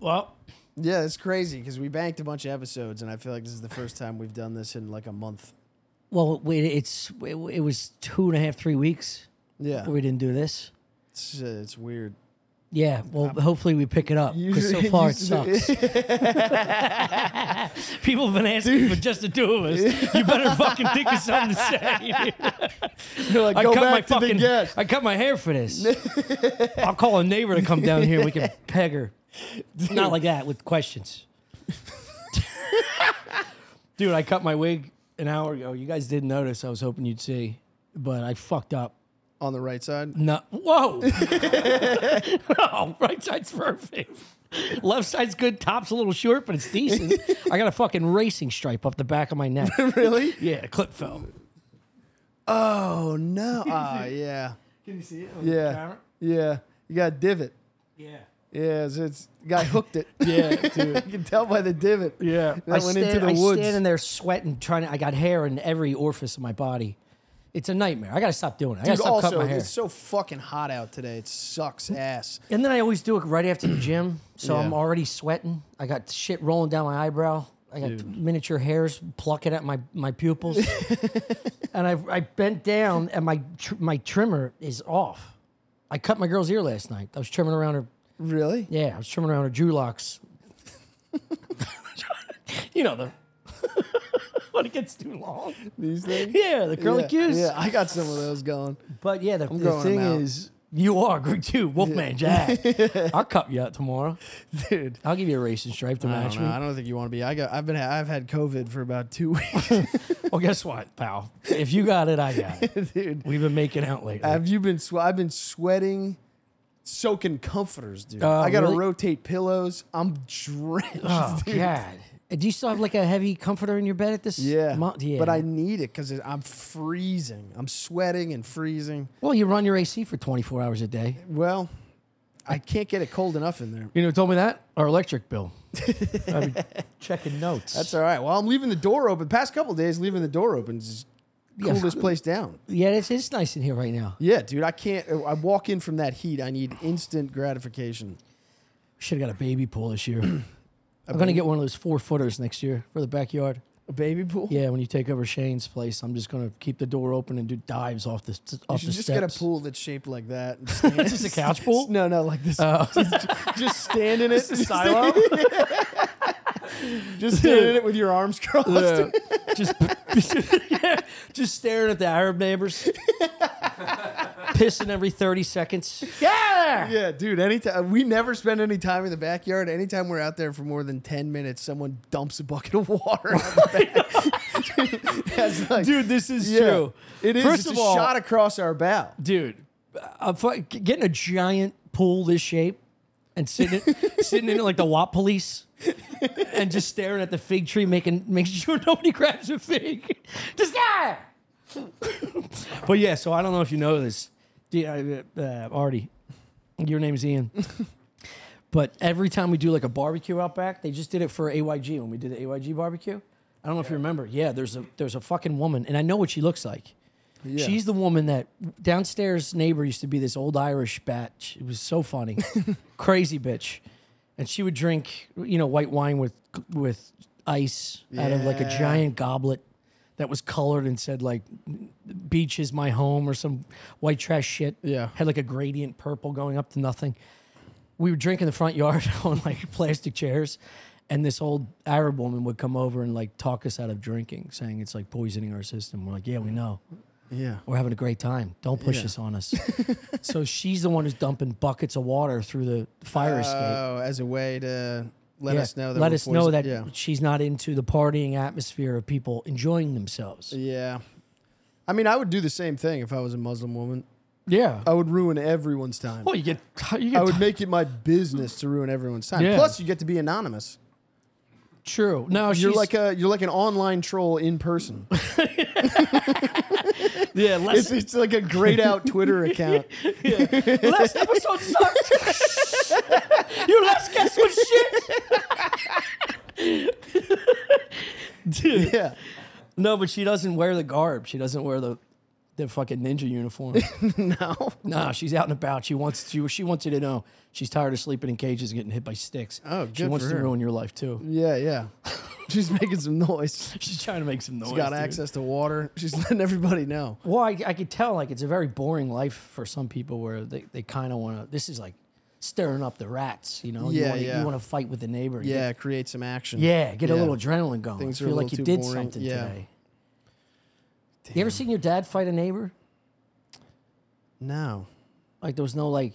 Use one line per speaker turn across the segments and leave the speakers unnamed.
Well,
Yeah, it's crazy because we banked a bunch of episodes, and I feel like this is the first time we've done this in like a month.
Well, wait, it's it, it was two and a half, three weeks
Yeah,
where we didn't do this.
it's, uh, it's weird.
Yeah, well, hopefully we pick it up because so
Usually-
far it
usually-
sucks. People have been asking for just the two of us. You better fucking think of something to say.
You're like,
I
go
cut my
back to the
fucking
guest.
I cut my hair for this. I'll call a neighbor to come down here. We can peg her. Not like that with questions. Dude, I cut my wig an hour ago. You guys didn't notice. I was hoping you'd see, but I fucked up.
On the right side,
No. Whoa. no, right side's perfect. Left side's good. Top's a little short, but it's decent. I got a fucking racing stripe up the back of my neck.
really?
Yeah, a clip fell.
Oh no! Ah, yeah,
Can you see it?
yeah, yeah. You got a divot.
Yeah.
Yeah, so it's guy hooked it.
Yeah, dude.
you can tell by the divot.
Yeah,
That went into the woods.
I standing there sweating, trying to. I got hair in every orifice of my body. It's a nightmare. I gotta stop doing it. I gotta
Dude,
stop cutting my
also,
hair.
it's so fucking hot out today. It sucks ass.
And then I always do it right after the gym, so I'm
Yeah.
already sweating. I got shit rolling down my eyebrow. I got miniature hairs plucking at my my pupils, and I I bent down and my tr- my trimmer is off. I cut my girl's ear last night. I was trimming around her
Really?
yeah, I was trimming around her Drew locks. you know the when it gets too long.
These things?
Yeah, the curly
yeah,
cues.
Yeah, I got some of those going.
But yeah, the, the
growing 'em
thing
out.
is, you are Greg too, Wolfman Jack. I'll cup you out tomorrow, dude. I'll give you a racing stripe to
I
match
don't, know.
me.
I don't think you want to be. I got. I've been. I've had COVID for about two weeks,
Well, guess what, pal? If you got it, I got it.
dude.
We've been making out lately.
Have you been? Swe- I've been sweating, soaking comforters, dude.
Uh,
I gotta
really?
rotate pillows. I'm drenched.
oh
dude.
God! Do you still have like a heavy comforter in your bed at this?
Yeah.
mo- yeah.
but I need it because I'm freezing. I'm sweating and freezing.
well, you run your AC for 24 hours a day.
Well, I can't get it cold enough in there.
You know, who told me that our electric bill. I've been checking notes.
That's all right. Well, I'm leaving the door open. Past couple days, leaving the door open just cool
Yeah.
this place down.
yeah, it's, it's nice in here right now.
Yeah, dude. I can't. I walk in from that heat. I need instant gratification.
Should have got a baby pool this year. I'm gonna get one of those four footers next year for the backyard.
A baby pool.
Yeah, when you take over Shane's place, I'm just gonna keep the door open and do dives off the st-
You
off
should
the
just
steps.
get a pool that's shaped like that. and stand-
Is this a couch pool? Oh.
No, no, like this. just, just stand in it.
Silo.
Just stand in it with your arms crossed.
Yeah. just just staring at the Arab neighbors, pissing every 30 seconds. Yeah.
Yeah, dude. Anytime we never spend any time in the backyard. Anytime we're out there for more than ten minutes, someone dumps a bucket of water. out the back. That's like-
Dude, this is
yeah,
true.
It is.
First
it's
of
a
all-
shot across our bow.
dude, I'm fu- getting a giant pool this shape and sitting in, sitting in it like the WAP police and just staring at the fig tree, making making sure nobody grabs a fig. Just yeah. but yeah, so I don't know if you know this, D- uh, uh, Artie. Your name's Ian. But every time we do like a barbecue out back, they just did it for AYG when we did the AYG barbecue. I don't know if you remember. Yeah, there's a there's a fucking woman, and I know what she looks like.
Yeah.
She's the woman that downstairs neighbor used to be this old Irish batch. It was so funny, crazy bitch, and she would drink you know white wine with with ice out of like a
Yeah.
giant goblet that was colored and said like beach is my home or some white trash shit.
Yeah.
Had like a gradient purple going up to nothing. We would drink in the front yard on like plastic chairs. And this old Arab woman would come over and like talk us out of drinking, saying it's like poisoning our system. We're like, yeah, we know.
Yeah.
We're having a great time. Don't push this on us. so she's the one who's dumping buckets of water through the fire escape.
Oh, as a way to let
Yeah.
us know that
Let
we're
us know
poisoned.
that
Yeah.
she's not into the partying atmosphere of people enjoying themselves.
Yeah. I mean, I would do the same thing if I was a Muslim woman.
Yeah.
I would ruin everyone's time.
Well, you get, you
I
get
would make it my business to ruin everyone's time.
Yeah.
Plus, you get to be anonymous.
true. No,
You're
she's
like a you're like an online troll in person.
yeah.
It's, it's like a grayed out Twitter account.
Last episode sucked. Your last guest was shit. Dude.
Yeah,
No, but she doesn't wear the garb. She doesn't wear the the fucking ninja uniform.
no.
no, she's out and about. She wants she, she wants you to know she's tired of sleeping in cages and getting hit by sticks.
Oh,
she
good
wants
for
to
her.
ruin your life too.
Yeah, yeah. She's making some noise.
She's trying to make some noise.
She's got
dude.
access to water. She's letting everybody know.
Well, I, I could tell like it's a very boring life for some people where they, they kind of want to. This is like stirring up the rats, you know.
Yeah,
you wanna,
yeah.
You want to fight with the neighbor. You
Yeah, create some action.
Yeah, get a
Yeah.
little adrenaline going.
Things are a
Feel like
little
you
too
did
boring.
something
Yeah.
today. You ever seen your dad fight a neighbor?
No.
Like there was no like,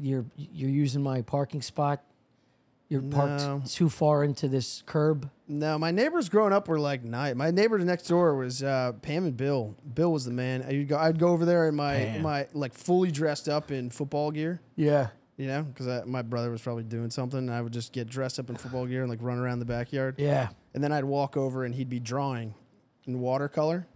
you're you're using my parking spot. You're
No.
parked too far into this curb.
No, my neighbors growing up were like nice. My neighbors next door was uh, Pam and Bill. Bill was the man. I'd go, I'd go over there in my
Pam.
my like fully dressed up in football gear,
Yeah.
you know, because my brother was probably doing something. And I would just get dressed up in football gear and like run around the backyard,
Yeah.
and then I'd walk over and he'd be drawing in watercolor.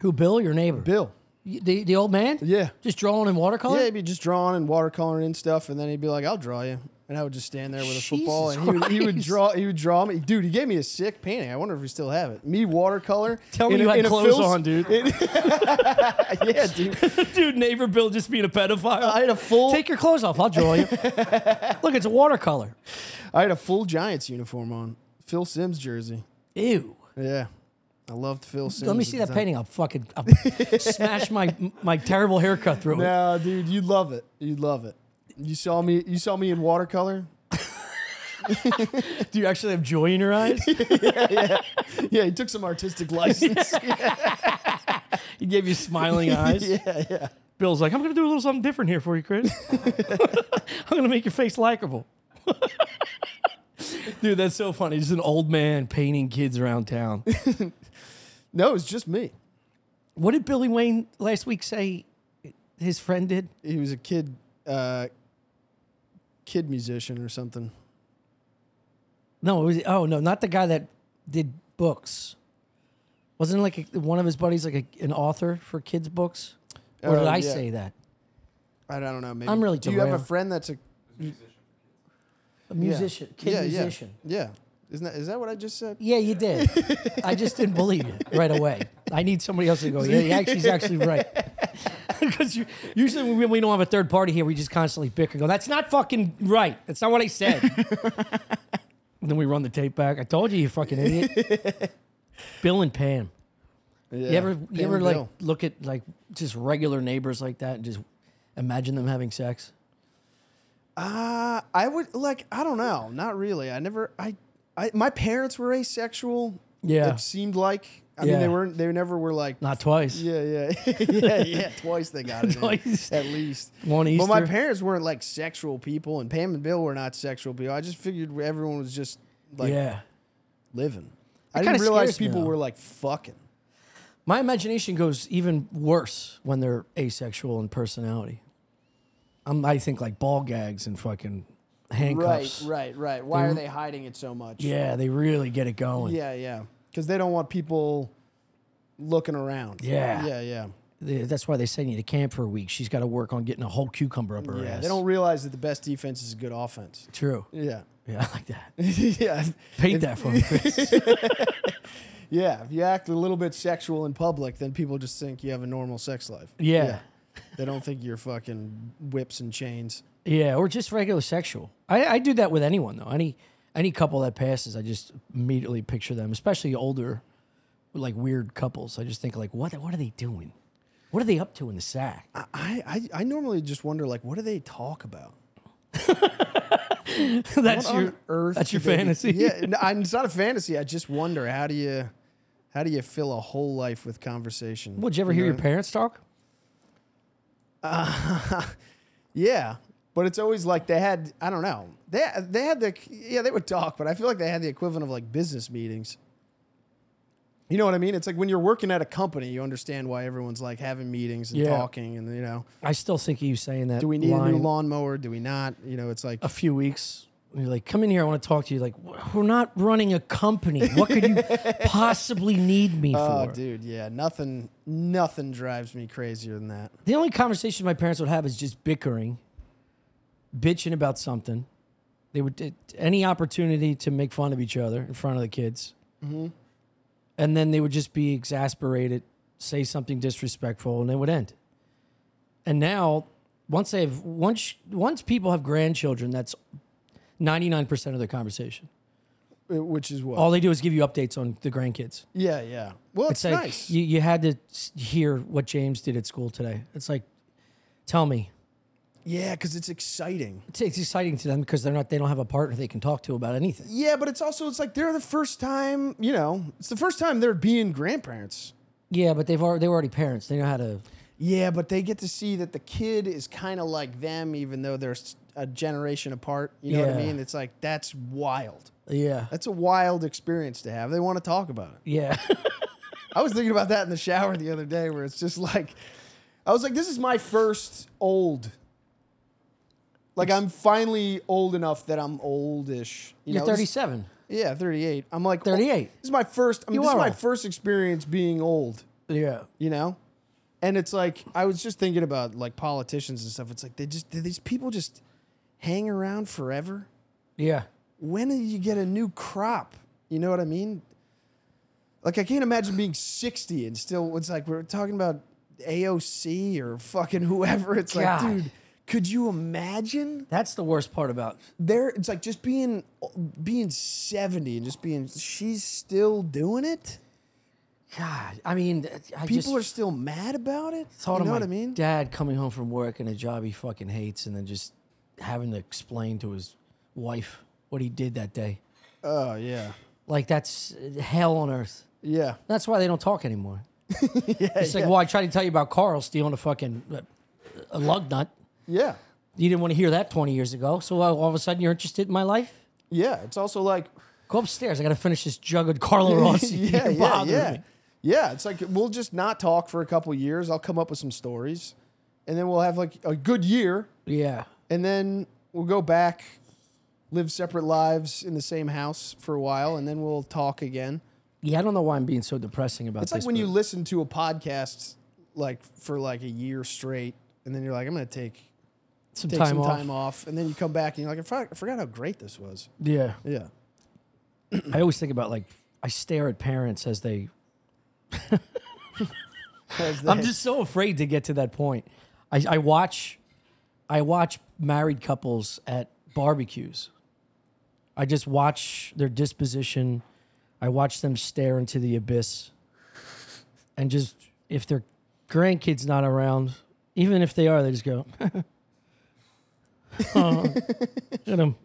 Who, Bill, your neighbor?
Bill,
Y- The the old man?
yeah,
Just drawing in watercolor.
yeah, he'd be just drawing and watercoloring and stuff, and then he'd be like, "I'll draw you." And I would just stand there with a football,
Jesus
and he would, he would
Christ.
draw. He would draw me, dude. He gave me a sick painting. I wonder if we still have it. Me watercolor.
Tell me
in a-
you had
in a
clothes
Phil's-
on, dude.
yeah, dude.
dude, neighbor Bill just being a pedophile.
I had a full
Take your clothes off. I'll draw you. Look, it's a watercolor.
I had a full Giants uniform on. Phil Sims jersey.
Ew.
Yeah. I loved Phil Sims.
Let me
at
see
the
that
time.
painting. I'll fucking I'll smash my my terrible haircut through it.
No, dude, you'd love it. You'd love it. You saw me you saw me in watercolor?
Do you actually have joy in your eyes?
Yeah, he took some artistic license.
he gave you smiling eyes. yeah, yeah. Bill's like, I'm gonna do a little something different here for you, Chris. I'm gonna make your face likable. Dude, that's so funny. Just an old man painting kids around town.
no, it's just me.
what did Billy Wayne last week say his friend did?
He was a kid uh kid musician or something.
No, it was oh no, not the guy that did books. Wasn't it like a, one of his buddies like a, an author for kids books? Or
Oh,
did I
yeah.
say that?
I don't know, maybe.
I'm really
Do you have a
derailed.
friend that's a
A musician, kid
yeah,
musician.
Yeah. yeah. Isn't that is that what I just said?
Yeah. you did. I just didn't believe you right away. I need somebody else to go. Yeah, yeah she's actually right. Because you, usually when we, we don't have a third party here, we just constantly bicker. Go, that's not fucking right. That's not what I said. And then we run the tape back. I told you, you fucking idiot. Bill and Pam.
Yeah.
You ever
Pam
you ever
and
like
Bill.
look at like just regular neighbors like that and just imagine them having sex?
Uh, I would like I don't know, not really. I never I I my parents were asexual.
Yeah.
It seemed like I mean
Yeah.
they weren't they never were like
Not twice.
yeah, yeah. yeah, yeah. Twice they got it. in,
Twice.
at least.
One Easter.
But my parents weren't like sexual people and Pam and Bill were not sexual people. I just figured everyone was just like
yeah.
living. I
kinda
didn't realize
scares me,
people
though.
were like fucking.
My imagination goes even worse when they're asexual in personality. I'm, I think like ball gags and fucking handcuffs.
right, right. Why are they hiding it so much?
Yeah, they really get it going.
Yeah, yeah. Cuz they don't want people looking around.
Yeah.
Yeah, yeah.
They- That's why they send you to camp for a week. She's got to work on getting a whole cucumber up her
Yeah,
ass.
they don't realize that the best defense is a good offense.
True.
Yeah.
Yeah, I like that.
yeah.
Paint that for me, Chris.
Yeah. If you act a little bit sexual in public, then people just think you have a normal sex life.
Yeah.
They don't think you're fucking whips and chains.
Yeah, or just regular sexual. I, I do that with anyone though. Any any couple that passes, I just immediately picture them, especially older, like weird couples. I just think like, what what are they doing? What are they up to in the sack?
I, I, I normally just wonder, like, what do they talk about?
that's
What
your
on earth?
that's
do
your
they-
fantasy.
Yeah. no, I- it's not a fantasy. I just wonder, how do you. How do you fill a whole life with conversation?
Would you ever hear your parents talk?
Yeah, but it's always like they had. I don't know. They they had the yeah they would talk, but I feel like they had the equivalent of like business meetings. You know what I mean? It's like when you're working at a company, you understand why everyone's like having meetings and
Yeah.
talking, and you know,
I still think of you saying that.
do we need a
line
new lawnmower? Do we not? You know, it's like
a few weeks. And You're like, come in here. I want to talk to you. Like, "Wh- we're not running a company. What could you possibly need me
oh,
for?
dude, yeah, nothing, nothing drives me crazier than that.
The only conversation my parents would have is just bickering, bitching about something. They would it- any opportunity to make fun of each other in front of the kids, and then they would just be exasperated say something disrespectful, and it would end. And now, once they've once once people have grandchildren, that's ninety nine percent of their conversation.
Uh, Which is what?
All they do is give you updates on the grandkids.
yeah, yeah. Well, it's,
It's like
nice.
you, you had to s- hear what James did at school today. It's like, tell me.
yeah, because it's exciting.
It's, it's exciting to them because they're not they don't have a partner they can talk to about anything.
Yeah, but it's also it's like they're the first time. You know, it's the first time they're being grandparents.
Yeah, but they've already they were already parents. They know how to.
Yeah, but they get to see that the kid is kind of like them, even though they're s- a generation apart. You know what I
Yeah.
mean? It's like that's wild.
Yeah.
That's a wild experience to have. They want to talk about it.
Yeah.
I was thinking about that in the shower the other day, where it's just like, I was like, this is my first old. Like I'm finally old enough that I'm oldish. You
You're
know, this-
37.
Yeah, 38. I'm like oh,
38.
This is my first. I mean,
You
this is
are
my
old.
first experience being old.
Yeah.
You know, and it's like I was just thinking about like politicians and stuff. It's like they just do these people just hang around forever.
Yeah.
When do you get a new crop? You know what I mean? Like I can't imagine being 60 and still. It's like we're talking about AOC or fucking whoever. It's
God.
like, dude, could you imagine?
That's the worst part about.
there it's like just being being 70 and just being she's still doing it
God, I mean, I
people are
just
still mad about it
thought
you
of
know
my
what i mean
dad coming home from work and a job he fucking hates, and then just having to explain to his wife what he did that day.
oh yeah
Like that's uh, hell on earth.
yeah
That's why they don't talk anymore. it's like, well, I tried to tell you about Carl stealing a fucking uh, a lug nut.
yeah
You didn't want to hear that 20 years ago. So uh, all of a sudden you're interested in my life?
yeah it's also like
Go upstairs. I got to finish this jug of Carlo Rossi.
yeah
You're
yeah
bothering
yeah
me.
yeah it's like we'll just not talk for a couple years i'll come up with some stories and then we'll have like a good year
Yeah.
and then we'll go back live separate lives in the same house for a while and then we'll talk again
Yeah, I don't know why I'm being so depressing about
It's
this.
like when
but-
you listen to a podcast like for like a year straight, and then you're like, I'm gonna take
some
take
time
some
off.
time off, and then you come back and you're like, I forgot, I forgot how great this was.
Yeah.
Yeah,
I always think about like I stare at parents as they. I'm just so afraid to get to that point. I, I watch, I watch married couples at barbecues. I just watch their disposition. I watch them stare into the abyss, and just if their grandkids not around, even if they are, they just go. oh, get 'em.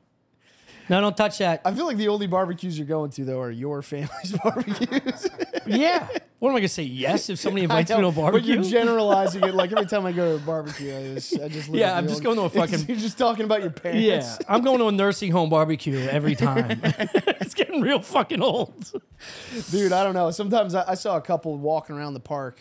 No, don't touch that.
I feel like the only barbecues you're going to though are your family's barbecues.
Yeah. What am I gonna say? Yes, if somebody invites me to a
But
barbecue.
you're generalizing it. Like every time I go to a barbecue, I just, I just look
Yeah,
at the
I'm just going to a
It's-
fucking-
You're just talking about your parents.
yeah, I'm going to a nursing home barbecue every time. it's getting real fucking old.
dude i don't know sometimes I, I saw a couple walking around the park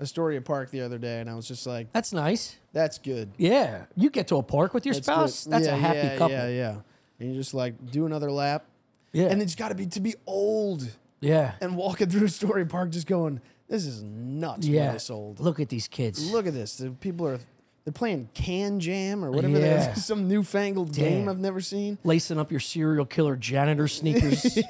astoria park the other day and i was just like
That's nice.
that's good
Yeah, you get to a park with your spouse.
good.
That's
Yeah,
a happy
yeah,
couple.
yeah
Yeah,
yeah and you just like do another lap
yeah.
and it's got to be to be old
yeah,
and walking through Story Park, just going, "This is nuts." Yeah, this old.
Look at these kids.
Look at this. The people are they're playing Can Jam or whatever.
Yeah.
that is. some newfangled game
Damn.
I've never seen.
Lacing up your serial killer janitor sneakers.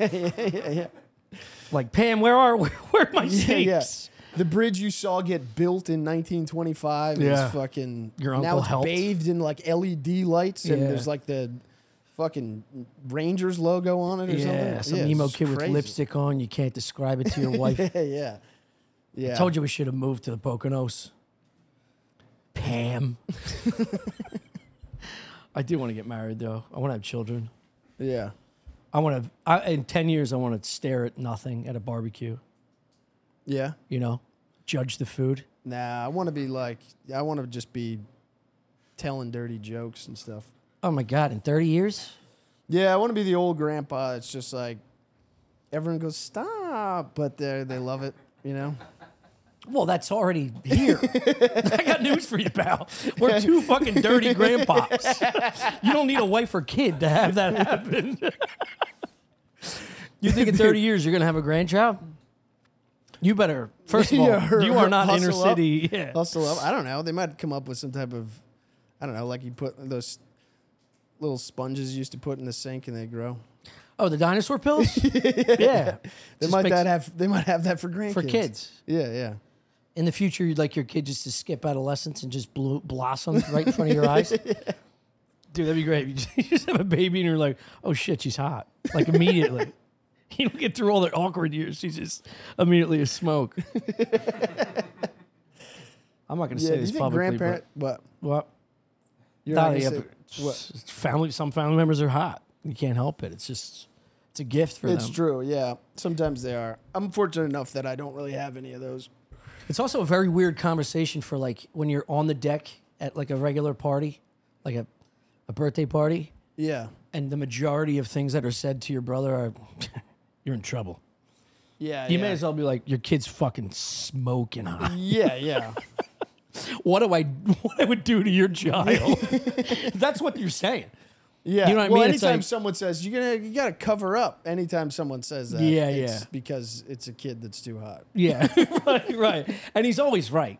Like Pam, where are where are my snakes?
The bridge you saw get built in 1925
Yeah.
is fucking.
Your
now
uncle
it's
helped.
bathed in like LED lights, and
Yeah.
there's like the fucking Rangers logo on it or
Yeah,
something.
some
Yeah,
emo
it's
kid with
crazy.
lipstick on. You can't describe it to your wife.
Yeah, yeah, yeah.
Told you we should have moved to the Poconos. Pam. I do want to get married though. I want to have children.
Yeah.
I want to. I, in ten years, I want to stare at nothing at a barbecue.
Yeah.
You know, judge the food.
Nah, I want to be like I want to just be telling dirty jokes and stuff.
Oh my god! In thirty years,
Yeah, I want to be the old grandpa. It's just like everyone goes stop, but they they love it, you know.
well, that's already here. I got news for you, pal. We're two fucking dirty grandpops. you don't need a wife or kid to have that happen. you think in thirty years you're gonna have a grandchild? You better. First of all,
Yeah,
you are not
hustle
inner
up.
city. Yeah.
Also, love, I don't know. They might come up with some type of I don't know, like you put those little sponges you used to put in the sink and they grow.
Oh, the dinosaur pills. yeah.
They
Just
might
makes-
that have they might have that for grandkids.
for kids.
Yeah, yeah.
in the future you'd like your kid just to skip adolescence and just blo- blossom right in front of your eyes? Dude, that'd be great. You just, you just have a baby and you're like, oh shit, she's hot. Like immediately. you don't get through all their awkward years. She's just immediately a smoke. I'm not going to
Yeah,
say
do you
this
think
publicly. but-
grandparent? What?
Well,
You're not
Nah,
gonna
yeah,
say-
but
what?
s- family. Some family members are hot. You can't help it. It's just it's a gift for
It's
them.
true. Yeah, sometimes they are. I'm fortunate enough that I don't really have any of those.
It's also a very weird conversation for like when you're on the deck at like a regular party, like a a birthday party,
Yeah,
and the majority of things that are said to your brother are you're in trouble.
yeah.
You
yeah.
may as well be like your kid's fucking smoking hot.
Yeah, yeah.
What do I what I would do to your child? That's what you're saying.
Yeah.
You know what I
well,
mean? It's
anytime
like-
someone says you gonna you gotta cover up. Anytime someone says that,
Yeah,
it's
yeah.
because it's a kid that's too hot.
Yeah, right, right. And he's always right.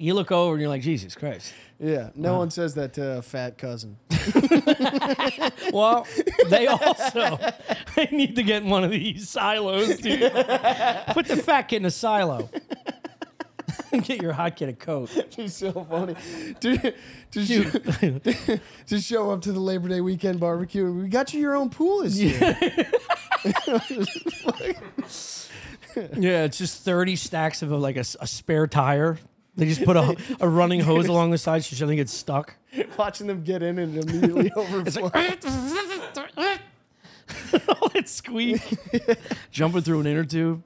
You look over and you're like Jesus Christ.
Yeah. No one says that to a fat cousin.
Well, they also they need to get in one of these silos, dude. Put the fat kid in a silo. get your hot kid a coat.
She's so funny. Dude, to, show, to show up to the Labor Day weekend barbecue, and we got you your own pool this year.
Yeah, it's just thirty stacks of like a, s- a spare tire. They just put a, a running hose along the side so she doesn't get stuck.
Watching them get in and immediately overflow.
All that squeak, jumping through an inner tube.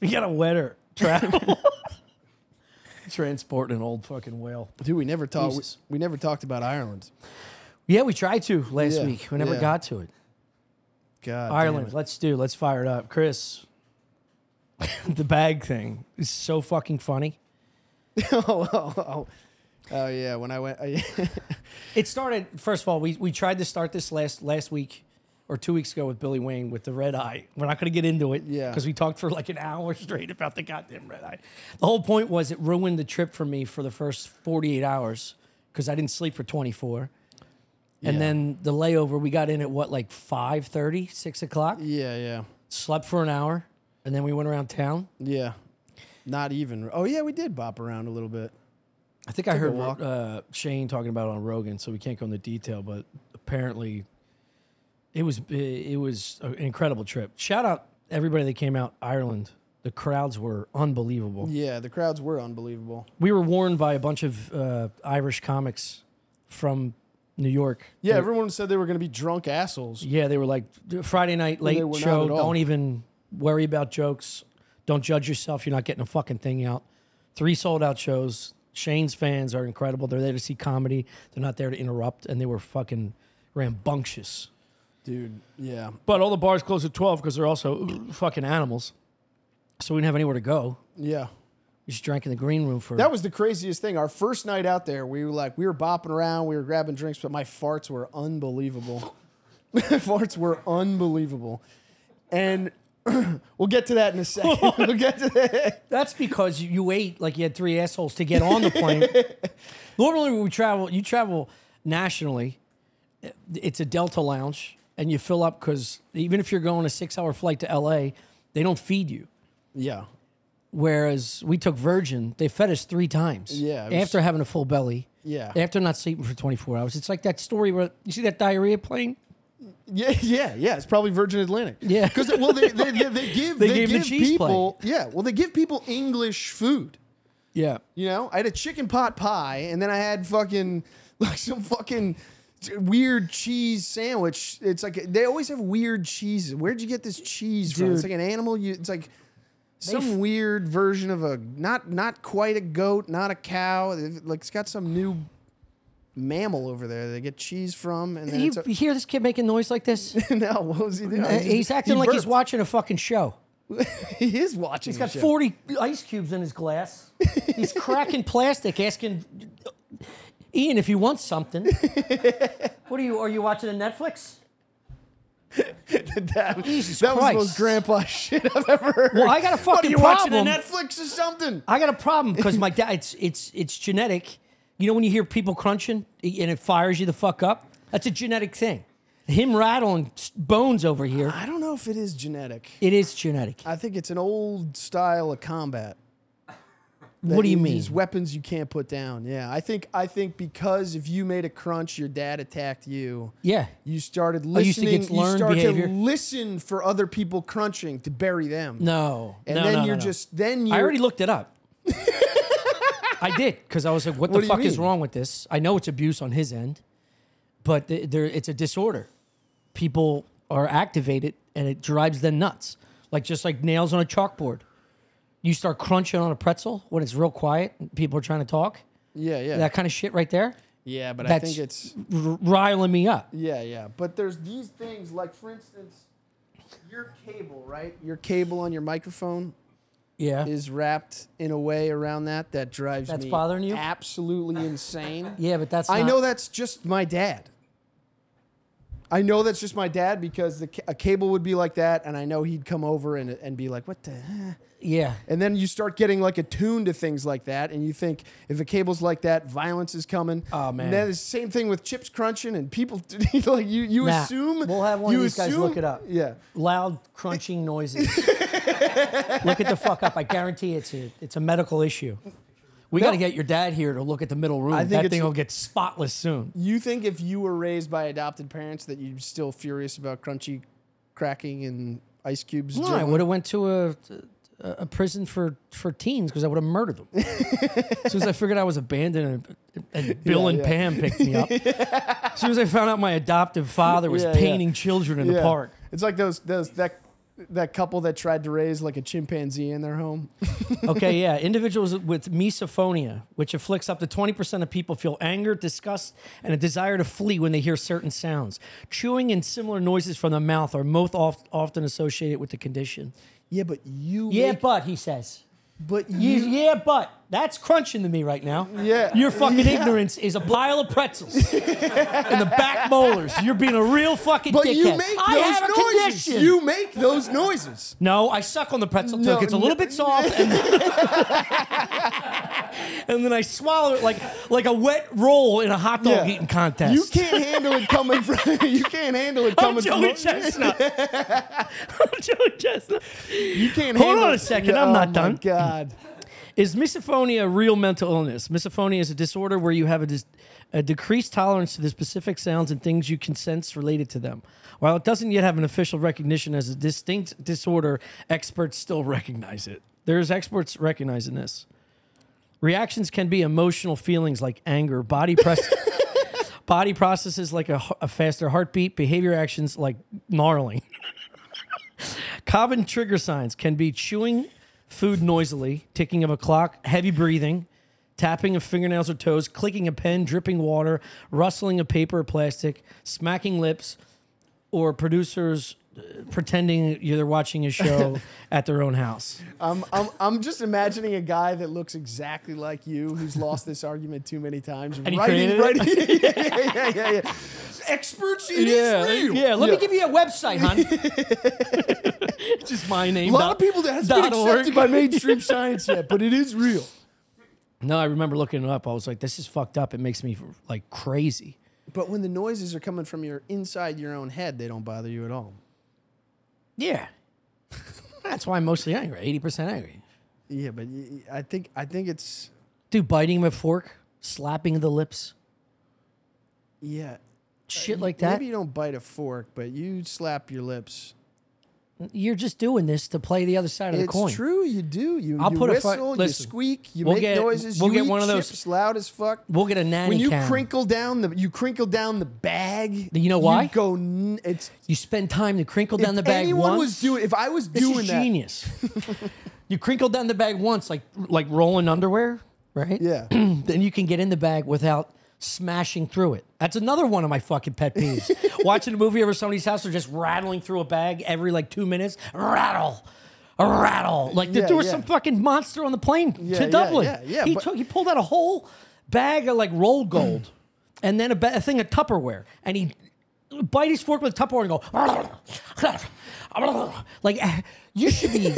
You got a wetter travel. Transporting an old fucking whale.
Dude, we never talked. We,
Jesus.
we never talked about Ireland.
Yeah, we tried to last
Yeah,
week. We never
yeah.
got to it.
God, damn
Ireland,
it.
let's do. Let's fire it up, Chris. the bag thing is so fucking funny.
oh, oh, oh. Oh, yeah. When I went,
It started first of all. We we tried to start this last last week or two weeks ago with Billy Wayne with the red eye. We're not going to get into it,
Yeah.
because we talked for like an hour straight about the goddamn red eye. The whole point was it ruined the trip for me for the first forty eight hours because I didn't sleep for twenty four. And
Yeah.
then the layover, we got in at what, like 5.30, 6 o'clock?
yeah, yeah,
Slept for an hour, and then we went around town.
yeah. Not even. Oh yeah, we did bop around a little bit.
I think I
a
heard
walk.
uh, Shane talking about it on Rogan, so we can't go into detail, but apparently it was it was an incredible trip. Shout out everybody that came out Ireland. The crowds were unbelievable.
Yeah, the crowds were unbelievable.
We were warned by a bunch of uh, Irish comics from New York.
Yeah,
They-
everyone said they were going to be drunk assholes.
yeah, they were like Friday night late
were not
show.
at all.
Don't even worry about jokes. Don't judge yourself. You're not getting a fucking thing out. Three sold out shows. Shane's fans are incredible. They're there to see comedy. They're not there to interrupt. And they were fucking rambunctious.
Dude, yeah.
But all the bars closed at twelve because they're also fucking animals. So we didn't have anywhere to go.
Yeah.
We just drank in the green room for
That was the craziest thing. Our first night out there, we were like, we were bopping around, we were grabbing drinks, but my farts were unbelievable. My farts were unbelievable. And we'll get to that in a second. we'll get to that.
That's because you- you ate like you had three assholes to get on the plane. Normally, when we travel, you travel nationally. It's a Delta lounge, and you fill up because even if you're going a six-hour flight to LA, they don't feed you.
Yeah.
Whereas we took Virgin, they fed us three times.
Yeah, it was-
After having a full belly.
Yeah.
After not sleeping for 24 hours. It's like that story where you see that diarrhea plane?
Yeah, yeah, yeah. It's probably Virgin Atlantic.
Yeah.
because well, they, they, they, they give
They
they,
gave
give
the cheese
people yeah. Well, they give people English food.
Yeah.
You know, I had a chicken pot pie, and then I had fucking like some fucking weird cheese sandwich. It's like they always have weird cheeses. Where'd you get this cheese from? It's
Dude.
like an animal. You, it's like some weird version of a not not quite a goat, not a cow. It- Like it's got some new mammal over there. They get cheese from, and then
You,
it's a,
you hear this kid making noise like this?
no. What was he doing? He just-
Uh, he's acting
he
like he's
burped.
watching a fucking show.
he is watching.
He's got 40 ice cubes in his glass. He's cracking plastic, asking Ian if he wants something. what are you? Are you watching a Netflix?
that.
Jesus
that was the
Christ.
most grandpa shit I've ever heard.
Well, I got a
What,
fucking
are you
problem.
watching a Netflix or something?
I got a problem because my dad. It's it's it's genetic. You know when you hear people crunching and it fires you the fuck up. That's a genetic thing. Him rattling s- bones over here.
I don't know if it is genetic.
It is genetic.
I think it's an old style of combat.
What do you mean?
These weapons you can't put down. Yeah, I think I think because if you made a crunch, your dad attacked you.
Yeah.
You started
I Oh, used to
listening.
get
You
learned
start
behavior.
to listen for other people crunching to bury them.
No.
and
no,
then
no, no,
you're
no.
just then you.
I already looked it up. I did because I was like, "What the
What do you
fuck is
mean?
wrong with this?" I know it's abuse on his end, but th- there it's a disorder. People are activated, and it drives them nuts. Like just like nails on a chalkboard. You start crunching on a pretzel when it's real quiet. And people are trying to talk.
yeah yeah
That kind of shit right there,
yeah. But I
that's-
think it's
r- riling me up.
yeah yeah. But there's these things like for instance, your cable right. Your cable on your microphone
Yeah.
is wrapped in a way around that that drives
That's
me
bothering you?
absolutely insane.
yeah, but that's.
I
not-
know that's just my dad. I know that's just my dad because the, ca- a cable would be like that, and I know he'd come over and, and be like, "What the?" Huh?
Yeah.
And then you start getting like attuned to things like that, and you think if a cable's like that, violence is coming.
Oh, man.
And then the same thing with chips crunching and people like you. You
Nah,
assume
we'll have one of
you
these guys look it up.
Yeah,
loud crunching noises. look at the fuck up. I guarantee it's a it's a medical issue. We got to get your dad here to look at the middle room.
I think
that
it's-
thing will get spotless soon.
you think if you were raised by adopted parents that you're still furious about crunchy cracking and ice cubes.
No, I
jiggling?
would have went to a a prison for for teens because I would have murdered them. as soon as I figured I was abandoned and, and Bill
Yeah,
and
yeah.
Pam picked me up. as soon as I found out my adoptive father was
Yeah, yeah.
painting children in the
Yeah.
park.
It's like those those that that couple that tried to raise like a chimpanzee in their home.
Okay, yeah. Individuals with misophonia, which afflicts up to 20% of people, feel anger, disgust, and a desire to flee when they hear certain sounds. Chewing and similar noises from the mouth are most oft- often associated with the condition.
Yeah, but you.
Yeah,
make-
but, he says.
but
You-
you.
yeah, but. That's crunching to me right now.
Yeah.
Your fucking
Yeah.
ignorance is a pile of pretzels and the back molars. You're being a real fucking
But
dickhead.
you make
I have a
those noises.
condition.
You make those noises.
No, I suck on the pretzel
No,
till it gets a little
no.
bit soft, and and then I swallow it like like a wet roll in a hot dog
Yeah.
eating contest.
You can't handle it coming from. You can't handle it
I'm
coming
Joey
from.
Chestnut. I'm Joey Chestnut.
You can't.
Hold
handle
on a
it.
second,
Yeah,
I'm not
oh
done.
My God.
Is misophonia a real mental illness? Misophonia is a disorder where you have a, dis- a decreased tolerance to the specific sounds and things you can sense related to them. While it doesn't yet have an official recognition as a distinct disorder, experts still recognize it. There's experts recognizing this. Reactions can be emotional feelings like anger, body press. Body processes like a, h- a faster heartbeat, behavior actions like gnarling. Common trigger signs can be chewing food noisily, ticking of a clock, heavy breathing, tapping of fingernails or toes, clicking a pen, dripping water, rustling of paper or plastic, smacking lips, or producers uh, pretending you're watching a show at their own house.
I'm, I'm, I'm just imagining a guy that looks exactly like you who's lost this argument too many times. And
he
writing,
created
writing, yeah, yeah, yeah, yeah. Experts in Israel.
yeah. Let me
Yeah.
give you a website, hon. Just my name.
A lot
dot-
of people that hasn't
dot
been
org.
accepted by mainstream science yet, but it is real.
No, I remember looking it up. I was like, this is fucked up. It makes me like crazy.
But when the noises are coming from your inside your own head, they don't bother you at all.
Yeah. That's why I'm mostly angry, 80% angry.
Yeah, but y- y- I think I think it's
Dude, biting with a fork, slapping the lips,
yeah.
shit like that.
Uh, Maybe you don't bite a fork, but you slap your lips.
You're just doing this to play the other side of the
It's
coin.
true, you do. You,
I'll
you
put a fu-
whistle, you
listen,
squeak, you
we'll
make
get-
noises.
we'll
you
get
eat
one of those-
chips loud as fuck.
We'll get a nanny
when you
cam.
crinkle down the you crinkle down the bag.
You know why?
You go. N- it's
you spend time to crinkle
if
down the bag
anyone
once.
was doing. If I was
this
doing
is
that,
genius. you crinkle down the bag once, like like rolling underwear, right?
yeah.
then you can get in the bag without smashing through it. That's another one of my fucking pet peeves. Watching a movie over somebody's house or just rattling through a bag every like two minutes. Rattle. A rattle. Like
Yeah,
there was
yeah.
some fucking monster on the plane
Yeah,
to
yeah,
Dublin.
yeah, yeah,
he,
but-
took, he pulled out a whole bag of like rolled gold and then a, ba- a thing of Tupperware. And he bite his fork with Tupperware and go, like you should be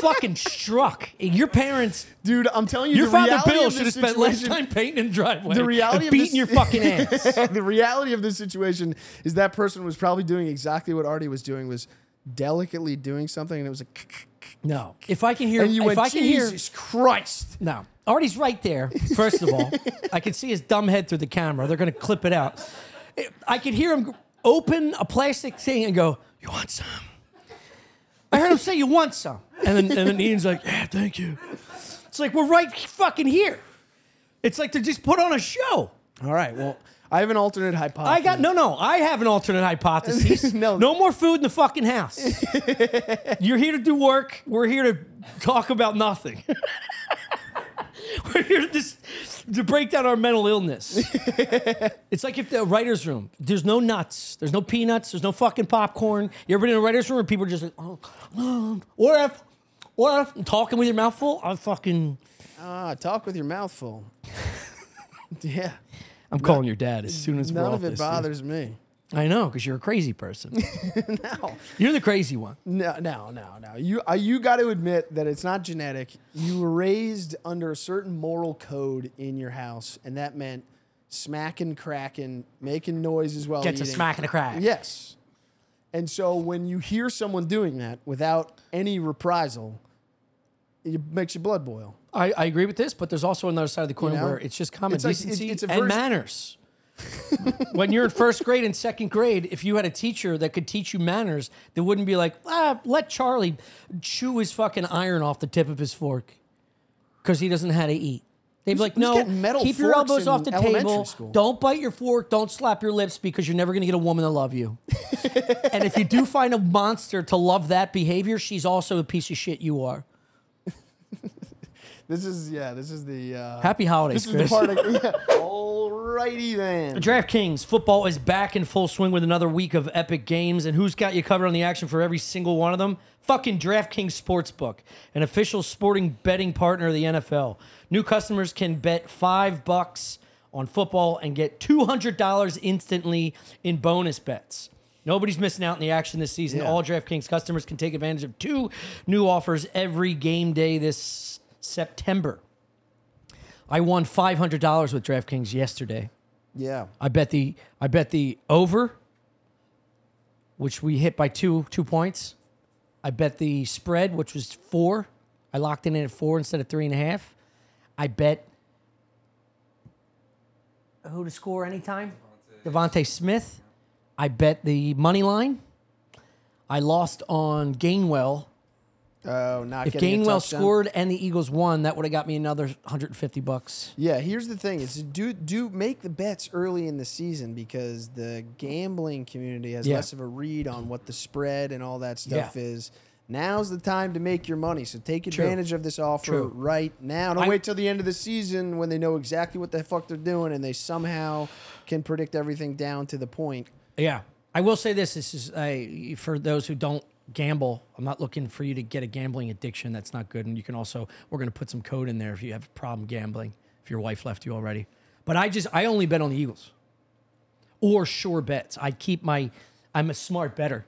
fucking struck. Your parents
Dude, I'm telling you,
your
the
father
reality
Bill
of
should
this
have spent less
situation,
time painting in the driveway.
The
and
reality of
beating
this-
your fucking ass.
the reality of this situation is that person was probably doing exactly what Artie was doing was delicately doing something, and it was like,
No. If I can hear,
and you
if
went,
I can hear,
Jesus Christ!
no. Artie's right there. First of all, I can see his dumb head through the camera. They're going to clip it out. It- I could hear him open a plastic thing and go, "You want some?" I heard him say, "You want some?" And then, and then Ian's like, "Yeah, thank you." It's like we're right fucking here. It's like they just put on a show.
All right, well, I have an alternate hypothesis.
I got no, no. I have an alternate hypothesis.
No.
no more food in the fucking house. You're here to do work. We're here to talk about nothing. We're here to, dis- to break down our mental illness. it's like if the writer's room, there's no nuts, there's no peanuts, there's no fucking popcorn. You ever been in a writer's room where people are just like, oh, oh, or if, or if talking with your mouth full, I'm fucking,
Ah, talk with your mouth full. yeah,
I'm calling your dad as soon as we're
none
off
of it
this, dude.
bothers me.
I know, because you're a crazy person.
No,
You're the crazy one.
no, no, no, no. You uh, you got to admit that it's not genetic. You were raised under a certain moral code in your house, and that meant smacking, cracking, making noises while
Gets a
eating.
smack in the crack.
Yes. And so when you hear someone doing that without any reprisal, it makes your blood boil.
I, I agree with this, but there's also another side of the coin
know?
where it's just common
It's like- it's-
decency
it's a
and
vers-
manners. when you're in first grade and second grade, if you had a teacher that could teach you manners, they wouldn't be like, ah, let Charlie chew his fucking iron off the tip of his fork because he doesn't know how to eat. They'd be like, no,
getting metal
keep your
forks
elbows
in
off the
elementary
table.
school?"
Don't bite your fork. Don't slap your lips because you're never going to get a woman to love you. and if you do find a monster to love that behavior, she's also a piece of shit you are.
This is yeah. This is the uh,
Happy holidays,
This is the
Chris.
part. Of, yeah. Alrighty then.
DraftKings football is back in full swing with another week of epic games, and who's got you covered on the action for every single one of them? Fucking DraftKings Sportsbook, an official sporting betting partner of the NFL. New customers can bet five bucks on football and get two hundred dollars instantly in bonus bets. Nobody's missing out in the action this season.
Yeah.
All DraftKings customers can take advantage of two new offers every game day this September. I won five hundred dollars with DraftKings yesterday.
Yeah.
I bet the I bet the over, which we hit by two two points. I bet the spread, which was four. I locked in at four instead of three and a half. I bet who to score anytime. Devontae Smith. I bet the money line. I lost on Gainwell.
Oh, not
If
getting a
Gainwell
touchdown.
scored and the Eagles won, that would have got me another 150 bucks.
Yeah. Here's the thing: is do do make the bets early in the season because the gambling community has
Yeah.
less of a read on what the spread and all that stuff
Yeah.
is. Now's the time to make your money. So take advantage of this offer
True.
right now. Don't
I-
wait till the end of the season when they know exactly what the fuck they're doing and they somehow can predict everything down to the point.
Yeah, I will say this: this is I, for those who don't gamble. I'm not looking for you to get a gambling addiction. That's not good. And you can also we're going to put some code in there if you have a problem gambling. If your wife left you already, but I just I only bet on the Eagles or sure bets. I keep my I'm a smart better.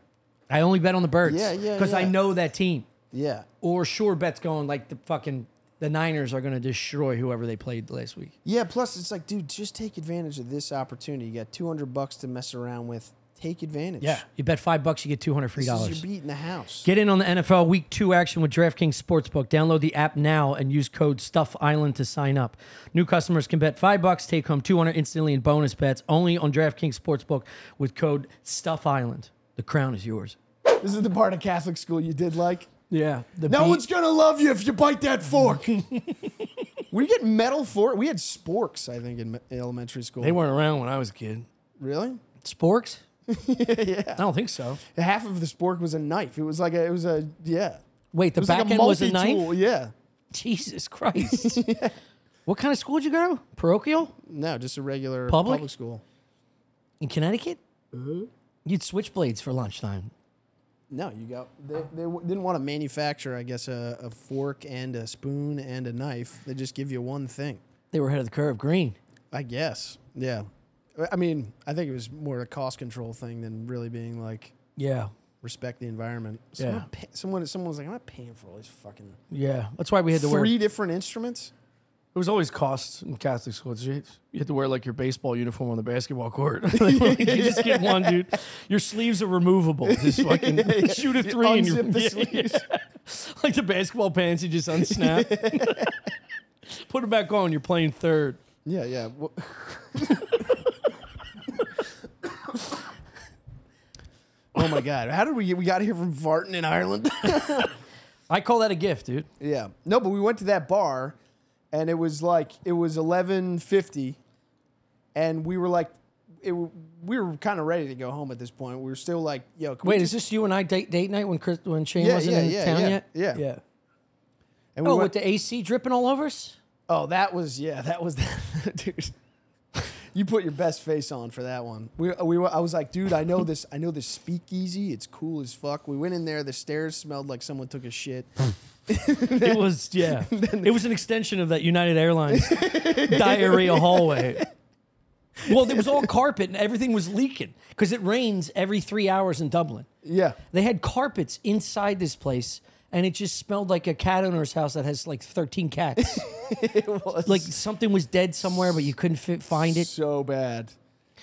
I only bet on the birds.
Yeah, yeah,
Because I
yeah.
know that team
Yeah.
or sure bets going like the fucking the Niners are going to destroy whoever they played last week.
Yeah, plus it's like, dude, just take advantage of this opportunity. You got 200 bucks to mess around with. Take advantage.
you bet five bucks, you get two hundred free
This
dollars.
is your beat in the house.
Get in on the NFL Week 2 action with DraftKings Sportsbook. Download the app now and use code Stuff Island to sign up. New customers can bet 5 bucks, take home 200 instantly in bonus bets only on DraftKings Sportsbook with code Stuff Island. The crown is yours.
this is the part of Catholic school you did like.
Yeah. The
No one's gonna love you if you bite that fork. we get metal fork. We had sporks, I think, in me- elementary school.
They weren't around when I was a kid.
really.
Sporks? yeah. I don't think so.
Half of the spork was a knife. It was like a. It was a yeah.
Wait, the
It was
back
like a
end was a
multi-tool.
knife?
Yeah.
Jesus Christ. What kind of school did you go to? Parochial?
No, just a regular
Public?
public school.
In Connecticut?
Uh-huh.
You'd switch blades for lunchtime.
No, you got. They, they w- didn't want to manufacture, I guess, a, a fork and a spoon and a knife. They just give you one thing.
They were ahead of the curve. Green.
I guess. Yeah. I- I mean, I think it was more a cost control thing than really being like
Yeah.
respect the environment. So I'm
Yeah.
not pay- someone, someone was like, I'm not paying for all these fucking
Yeah, that's why we had to
three
wear.
different instruments.
It was always costs in Catholic schools. You you had to wear like your baseball uniform on the basketball court. you just get one, dude. Your sleeves are removable. Just fucking shoot a three and you're
unzip the sleeves.
like the basketball pants. You just unsnap, put them back on. You're playing third.
Yeah, yeah. Wha- oh my God! How did we get? We got here from Varton in Ireland.
I call that a gift, dude.
yeah. No, but we went to that bar, and it was like it was eleven fifty, and we were like, it, w- we were kind of ready to go home at this point. We were still like, yo, can we
Wait,
just-
is this you and I date date night when Chris, when Shane
Yeah,
wasn't
yeah,
in
yeah,
town
yeah,
yet?
yeah.
yeah.
and we
Oh,
went-
with the AC dripping all over us.
Oh, that was yeah, that was that, dude. You put your best face on for that one. We, we were, I was like, dude, I know this. I know this speakeasy. It's cool as fuck. We went in there. The stairs smelled like someone took a shit.
It was yeah. it was an extension of that United Airlines diarrhea hallway. Well, it was all carpet and everything was leaking because it rains every three hours in Dublin.
Yeah,
They had carpets inside this place, and it just smelled like a cat owner's house that has like thirteen cats.
it was
like something was dead somewhere, but you couldn't fit, find it.
so bad.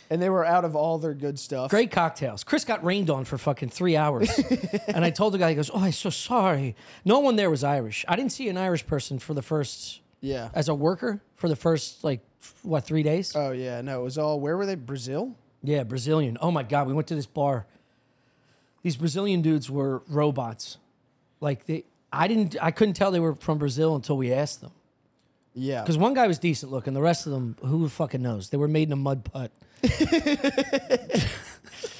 And they were out of all their good stuff.
Great cocktails. Chris got rained on for fucking three hours. and I told the guy, he goes, Oh, I'm so sorry. No one there was Irish. I didn't see an Irish person for the first,
Yeah.
as a worker, for the first, like, f- what, three days?
Oh yeah. No, it was all. Where were they? Brazil.
yeah, Brazilian. Oh my God. We went to this bar. These Brazilian dudes were robots. Like, they, I didn't, I couldn't tell they were from Brazil until we asked them.
Yeah.
Because one guy was decent looking, the rest of them, who fucking knows? They were made in a mud putt.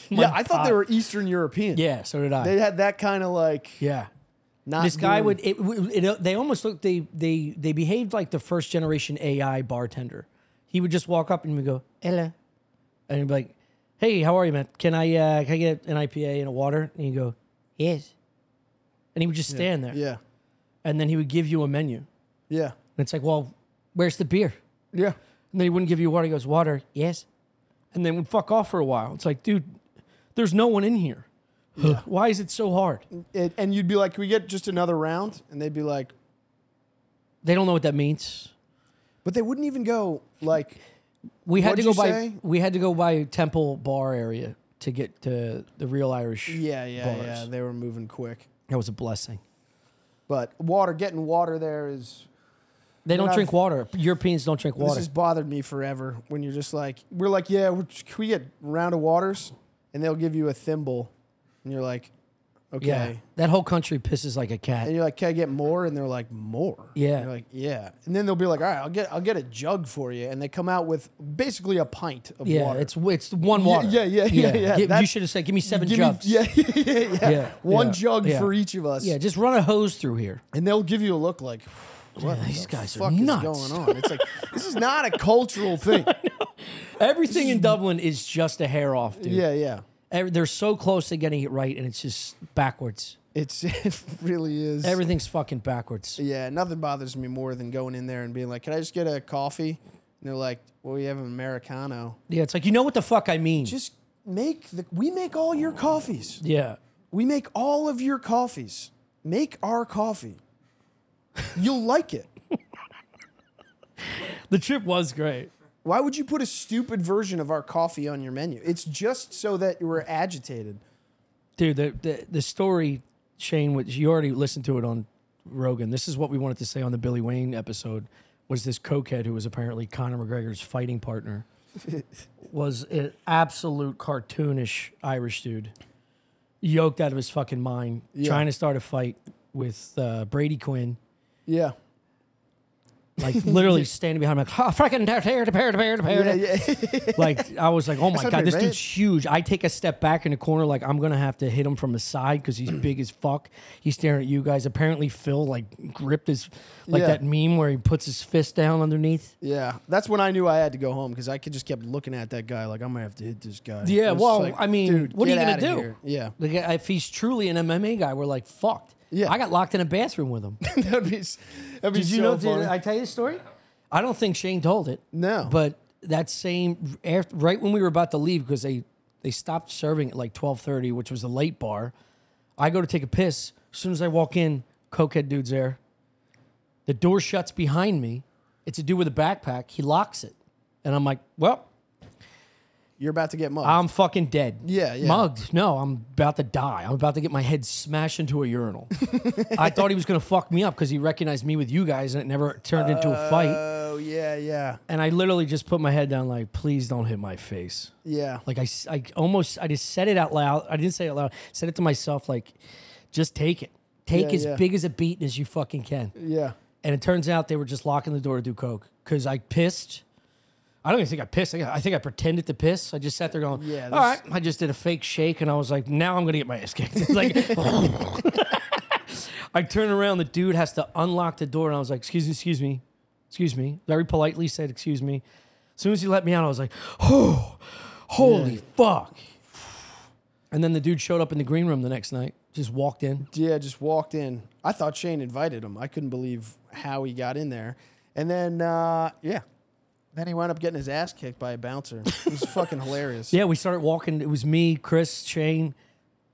Yeah. I thought they were Eastern European.
Yeah, so did I.
They had that kind of like
yeah.
not.
this guy
doing-
would it, it, it- they almost looked they they they behaved like the first generation AI bartender. He would just walk up and would go, "Hello," and he'd be like, "Hey, how are you, man? Can I uh, can I get an IPA and a water?" And you go, "Yes," and he would just stand there,
Yeah.
and then he would give you a menu. And
Yeah.
it's like, "Well, where's the beer?"
Yeah.
And then he wouldn't give you water. He goes, "Water, yes," and then would fuck off for a while. It's like, dude, there's no one in here. Why is it so hard?
It, and you'd be like, "Can we get just another round?" And they'd be like,
They don't know what that means.
But they wouldn't even go like
We had
What'd
to go by
you say?
we had to go by Temple Bar area to get to the real Irish. bars.
They were moving quick.
That was a blessing.
But water, getting water there is
They don't
I've-
drink water. Europeans don't drink
this
water.
has bothered me forever. When you're just like, we're like, yeah, we're, can we get round of waters? And they'll give you a thimble, and you're like, okay.
yeah, that whole country pisses like a
And
cat.
you're like, can I get more? And they're like, more.
Yeah.
And you're like, yeah. And then they'll be like, all right, I'll get, I'll get a jug for you. And they come out with basically a pint of
Yeah,
water.
it's it's one water.
yeah, yeah, yeah, yeah.
Give- you
That-
should have said, "Give me seven
Give me-
jugs."
yeah, yeah, yeah,
Yeah,
One
yeah,
jug
yeah.
for each of us.
yeah, just run a hose through here.
and they'll give you a look like, what
Yeah, these
the
guys are
fuck
nuts.
is going on? It's like this is not a cultural thing.
Everything in Dublin is just a hair off, dude.
yeah, yeah.
Every- they're so close to getting it right, and it's just backwards.
It's it really is.
Everything's fucking backwards.
yeah, nothing bothers me more than going in there and being like, "Can I just get a coffee?" And they're like, "Well, we have an americano."
Yeah, it's like you know what the fuck I mean.
Just make the. We make all your coffees.
yeah,
We make all of your coffees. Make our coffee. You'll like it.
the trip was great.
Why would you put a stupid version of our coffee on your menu? It's just so that you were agitated.
dude the, the the story shane which you already listened to it on rogan this is what we wanted to say on the billy wayne episode was this cokehead who was apparently conor mcgregor's fighting partner was an absolute cartoonish irish dude yoked out of his fucking mind trying to start a fight with uh, brady quinn
Yeah.
like literally standing behind him like oh, fucking tear tear tear tear
Yeah,
tear
yeah.
like I was like, oh my god,
not very
this
bad.
dude's huge. I take a step back in the corner, like I'm gonna have to hit him from the side because he's big as fuck. He's staring at you guys. Apparently, Phil like gripped his like
Yeah.
that meme where he puts his fist down underneath.
Yeah, that's when I knew I had to go home because I could just kept looking at that guy like I'm gonna have to hit this guy.
Yeah,
It's
well,
like,
I mean,
dude,
what are you
get
gonna do?
outta here. Yeah,
Like if he's truly an MMA guy, we're like fucked.
Yeah.
I got locked in a bathroom with him.
that'd be s- that'd be
Did
so
you know?
funny.
Did I tell you the story? I don't think Shane told it.
No.
but that same after, right when we were about to leave because they they stopped serving at like twelve thirty, which was the late bar. I go to take a piss. As soon as I walk in, cokehead dude's there. The door shuts behind me, It's a dude with a backpack. He locks it, and I'm like, well,
You're about to get mugged.
I'm fucking dead.
Yeah, yeah.
Mugged. No, I'm about to die. I'm about to get my head smashed into a urinal. I thought he was gonna fuck me up because he recognized me with you guys, and it never turned into a fight.
oh yeah, yeah,
And I literally just put my head down, like, please don't hit my face.
yeah.
Like I, s- I almost, I just said it out loud. I didn't say it out loud. said it to myself, like, just take it. Take
Yeah,
as
yeah.
big as a beat as you fucking can.
Yeah.
And it turns out they were just locking the door to do coke because I pissed. I don't even think I pissed. I I think I pretended to piss. I just sat there going, all
Yeah,
right.
this-
I just did a fake shake and I was like, now I'm going to get my ass kicked. like, I turn around, the dude has to unlock the door and I was like, excuse me, excuse me, excuse me. Very politely said, excuse me. As soon as he let me out, I was like, oh, holy fuck. And then the dude showed up in the green room the next night, just walked in.
Yeah, just walked in. I thought Shane invited him. I couldn't believe how he got in there. And then, uh, yeah. Then he wound up getting his ass kicked by a bouncer. It was fucking hilarious.
Yeah, we started walking. It was me, Chris, Shane,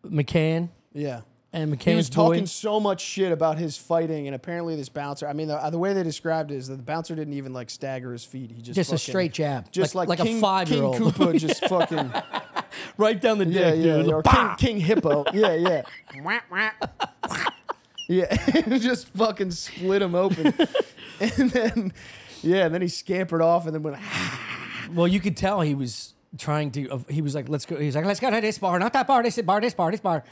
McCann,
Yeah.
and McCann's
He was talking
boy.
so much shit about his fighting, and apparently this bouncer. I mean, the, the way they described it is that the bouncer didn't even like stagger his feet. He just
Just a
fucking-
straight jab,
just like,
like,
King,
a five year
King
old,
Koopa just fucking
right down the
yeah,
dick,
yeah,
dude.
or King,
Bah!
King Hippo. Yeah, yeah. yeah, just fucking split him open. and then, yeah, and then he scampered off and then went,
Well, you could tell he was trying to. of- He was like, "Let's go." He's like, "Let's go to this bar, not that bar. This bar, this bar, this bar."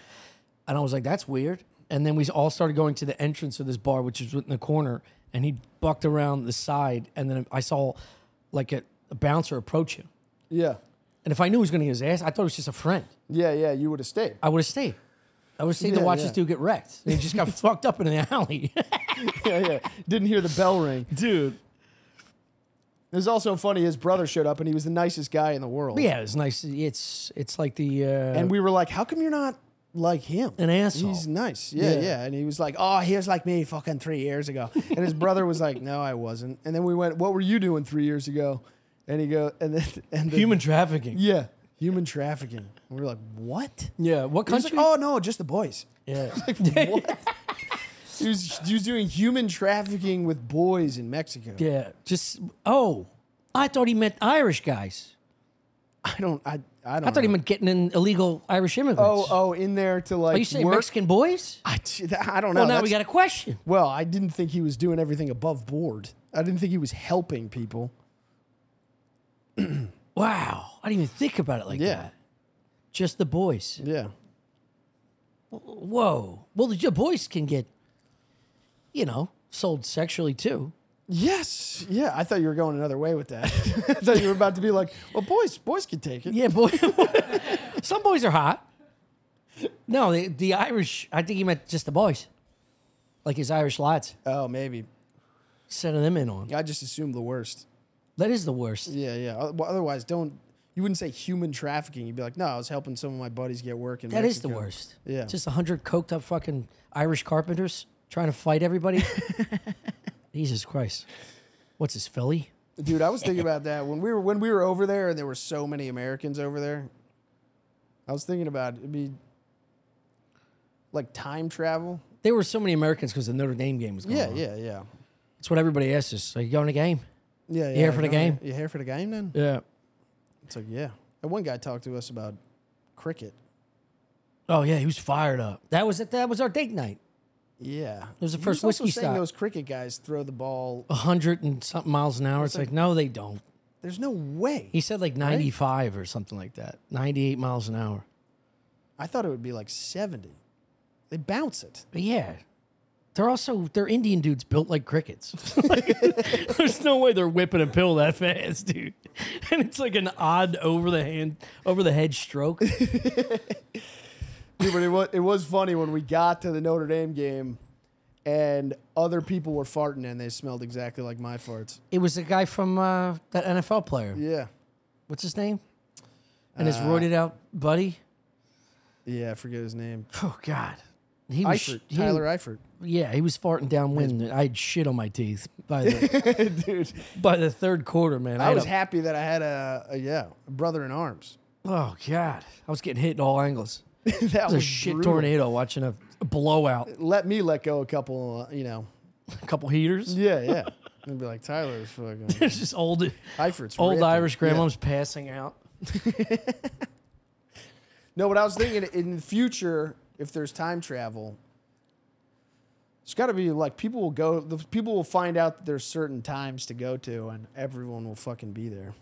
And I was like, "That's weird." And then we all started going to the entrance of this bar, which is in the corner. And he bucked around the side, and then I saw like a, a bouncer approach him.
yeah,
And if I knew he was going to get his ass, I thought it was just a friend.
yeah, yeah, you would have stayed.
I would have stayed. I would have stayed
Yeah,
to watch
yeah.
this dude get wrecked. He just got fucked up in an alley.
Yeah, yeah. Didn't hear the bell ring.
Dude.
It was also funny. His brother showed up and he was the nicest guy in the world.
Yeah, it's nice. It's it's like the uh,
And we were like, how come you're not like him?
an asshole.
He's nice. Yeah, yeah,
Yeah.
And he was like, oh, he was like me fucking three years ago. And his brother was like, no, I wasn't. And then we went, what were you doing three years ago? And he go, and then, and then,
Human trafficking.
yeah, human trafficking. And we were like, what?
Yeah. What
He was like,
country?
oh, no, just the boys.
yeah.
What? he, was, he was doing human trafficking with boys in Mexico.
yeah. Just oh, I thought he meant Irish guys.
I don't, I, I don't
I thought he
know.
meant getting in illegal Irish immigrants.
Oh, oh, in there to like
Are you saying
work.
Mexican boys?
I, I don't know.
Well, now
That's-
we got a question.
Well, I didn't think he was doing everything above board. I didn't think he was helping people.
Wow, I didn't even think about it like
Yeah.
that. Just the boys.
Yeah.
Whoa. Well, the the boys can get, you know, sold sexually too.
Yes. Yeah. I thought you were going another way with that. I thought you were about to be like, well, boys, boys can take it.
Yeah, boy. Some boys are hot. No, the, the Irish. I think he meant just the boys, like his Irish lads,
Oh, maybe.
sending them in on.
I just assumed the worst.
That is the worst.
Yeah. Yeah. O- Well, otherwise, don't. You wouldn't say human trafficking. You'd be like, no, I was helping some of my buddies get work in
That is the
Mexico."
worst.
Yeah.
just a hundred coked up fucking Irish carpenters trying to fight everybody. Jesus Christ, what's this Philly?
Dude, I was thinking about that when we were when we were over there, and there were so many Americans over there. I was thinking about it'd be like time travel. Uh-huh.
There were so many Americans because the Notre Dame game was going
Yeah,
on.
yeah, yeah.
That's what everybody asks us. Are you going to game?
Yeah, yeah.
here for
I
the
know.
game?
You here for the game then?
Yeah.
It's like, yeah. And one guy talked to us about cricket.
Oh yeah, he was fired up. That was it. That was our date night.
Yeah. It
was the first
also
whiskey
saying
stop.
Those cricket guys throw the ball.
A hundred and something miles an hour. It's like no, they don't.
There's no way.
He said like 95 or something like that, 98 miles an hour.
I thought it would be like 70. They bounce it.
But yeah, they're also, they're Indian dudes built like crickets. Like, there's no way they're whipping a pill that fast, dude. And it's like an odd over the hand, over the head stroke.
Dude, but it was, it was funny when we got to the Notre Dame game and other people were farting and they smelled exactly like my farts.
It was a guy from uh, that NFL player.
Yeah.
What's his name? And
Uh,
his roided out buddy.
Yeah, I forget his name.
Oh, God. He was,
Eifert.
he-
Tyler Eifert.
yeah, he was farting downwind. I had shit on my teeth by the
Dude,
by the third quarter, man.
I
had
was
a-
happy that I had a, a yeah, a brother in arms.
Oh God, I was getting hit in all angles.
that was,
It was a shit
brutal.
tornado watching a blowout.
Let me let go a couple, uh, you know,
A couple heaters.
Yeah, yeah. I'd be like, Tyler's fucking
There's just old
Heifert's
old
ripping.
Irish
Yeah.
grandmoms passing out.
No, what I was thinking in the future, if there's time travel, it's got to be like people will go. The people will find out that there's certain times to go to, and everyone will fucking be there.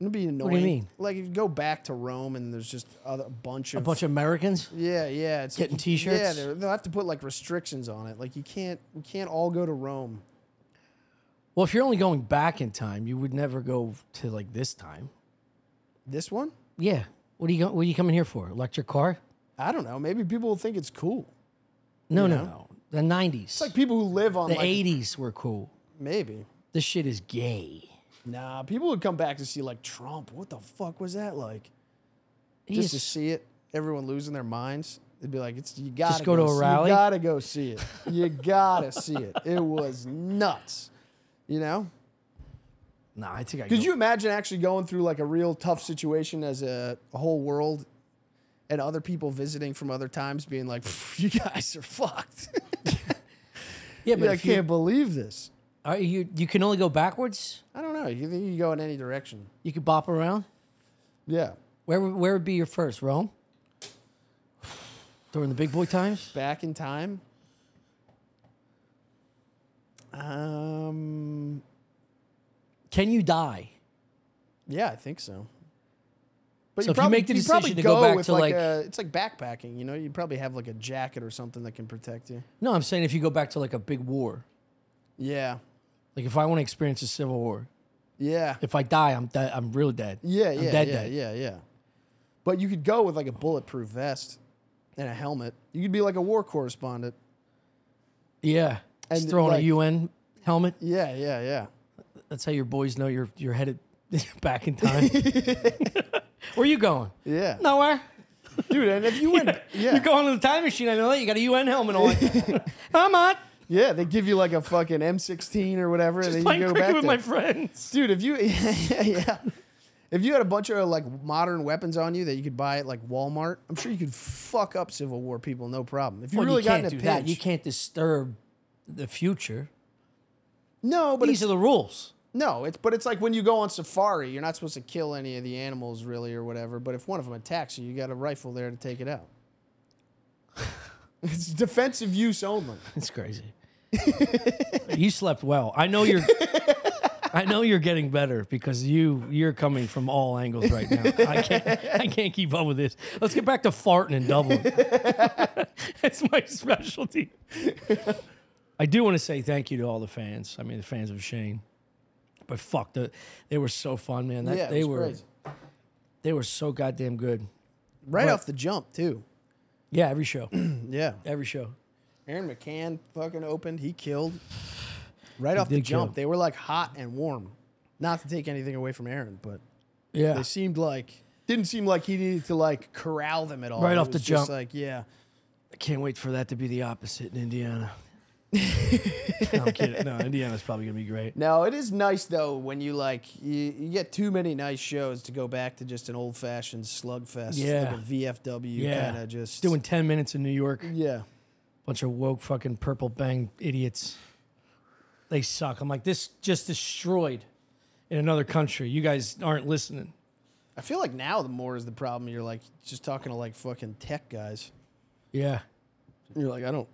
It'd be annoying.
do you mean?
Like if you go back to Rome and there's just other, a bunch of
A bunch of Americans.
yeah, yeah. It's
Getting t-shirts?
Yeah, they're- they'll have to put like restrictions on it. Like you can't, we can't all go to Rome.
Well, if you're only going back in time, you would never go to like this time.
This one,
Yeah. What are you go- What are you coming here for? Electric car?
I don't know. Maybe people will think it's cool.
No, no, no. The '90s,
It's like people who live on
the
like
'80s were cool.
maybe.
This shit is gay.
Nah, people would come back to see like Trump. What the fuck was that like?
He's
just to see it, everyone losing their minds. They'd be like, "It's you gotta
go to a
see-
rally?
You gotta go see it. You gotta see it. It was nuts, you know."
nah. I think I.
Could
go-
you imagine actually going through like a real tough situation as a, a whole world, and other people visiting from other times being like, "Pff, "You guys are fucked.
Yeah, but
I
if you,
can't believe this."
are you you can only go backwards.
I don't know. You think you can go in any direction?
You could bop around.
Yeah,
Where would- where would be your first Rome? During the big boy times.
back in time. Um.
Can you die?
Yeah, I think so. But
So if you make the
probably
decision to go back
with
to, like-
a, it's like backpacking, you know, you probably have like a jacket or something that can protect you.
No, I'm saying if you go back to like a big war,
Yeah,
like if I want to experience a civil war,
yeah,
if I die, I'm dead. I'm real dead.
yeah,
I'm
yeah,
dead
yeah,
dead.
yeah, yeah. But you could go with like a bulletproof vest and a helmet. You could be like a war correspondent.
Yeah. Just
And,
throw on
like-
a UN helmet.
Yeah, yeah, yeah.
That's how your boys know you're you're headed back in time. Where you going?
Yeah.
Nowhere.
Dude, and if you went
You're
yeah.
going to the time machine. I know that. You got a UN helmet on. I'm not.
Yeah, they give you like a fucking M16 or whatever
Just
and then
playing
you go
cricket
back
with
to
my friends.
dude if you yeah, yeah if you had a bunch of like modern weapons on you that you could buy at like walmart i'm sure you could fuck up civil war people no problem if you
Well,
really
you
got
can't
in a
do
pinch
that. You can't disturb the future.
no but
These
it's,
are the rules.
no it's but it's like when you go on safari you're not supposed to kill any of the animals really or whatever but if one of them attacks you you got a rifle there to take it out it's defensive use only
It's crazy. you slept well. I know you're. I know you're getting better because you you're coming from all angles right now. I can't I can't keep up with this. Let's get back to farting and doubling. That's my specialty. I do want to say thank you to all the fans. I mean the fans of Shane, but fuck the, they were so fun, man. That,
yeah it
they
was
were
crazy.
they were so goddamn good.
right
but-
off the jump too
Yeah, every show,
yeah
every show.
aaron mccann fucking opened he killed right off the
did kill.
jump they were like hot and warm not to take anything away from aaron but
Yeah,
They seemed like didn't seem like he needed to like corral them at all.
Right
It
off
was
the
just
jump.
like yeah,
I can't wait for that to be the opposite in Indiana. no, I'm kidding. No, Indiana's probably gonna be great.
no, it is nice though when you like you, you get too many nice shows to go back to just an old fashioned slugfest,
Yeah.
like a VFW
Yeah.
kind of just
Doing 10 minutes in New York,
yeah,
bunch of woke fucking purple bang idiots. They suck. I'm like, this just destroyed in another country. You guys aren't listening.
I feel like now the more is the problem. You're like just talking to like fucking tech guys.
Yeah.
You're like I don't.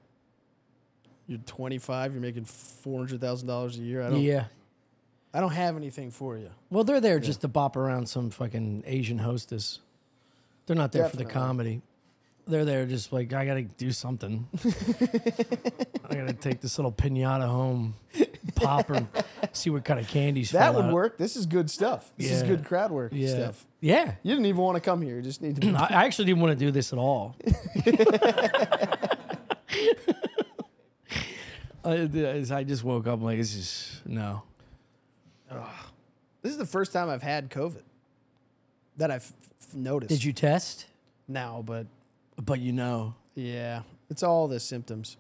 You're 25. You're making four hundred thousand dollars a year. I don't.
Yeah.
I don't have anything for you.
Well, they're there just to bop around some fucking Asian hostess. They're not there for the
Definitely.
comedy. They're there just like, I gotta do something. I gotta take this little pinata home, pop her, see what kind of candies fall
That would
out.
work. This is good stuff. This is
Yeah.
good crowd work
Yeah.
stuff.
Yeah.
You didn't even want to come here. You just need to be
I I actually didn't want to do this at all. I, I just woke up like this is no.
This is the first time I've had COVID that I've f- noticed.
Did you test?
now? But
But you know,
yeah, it's all the symptoms.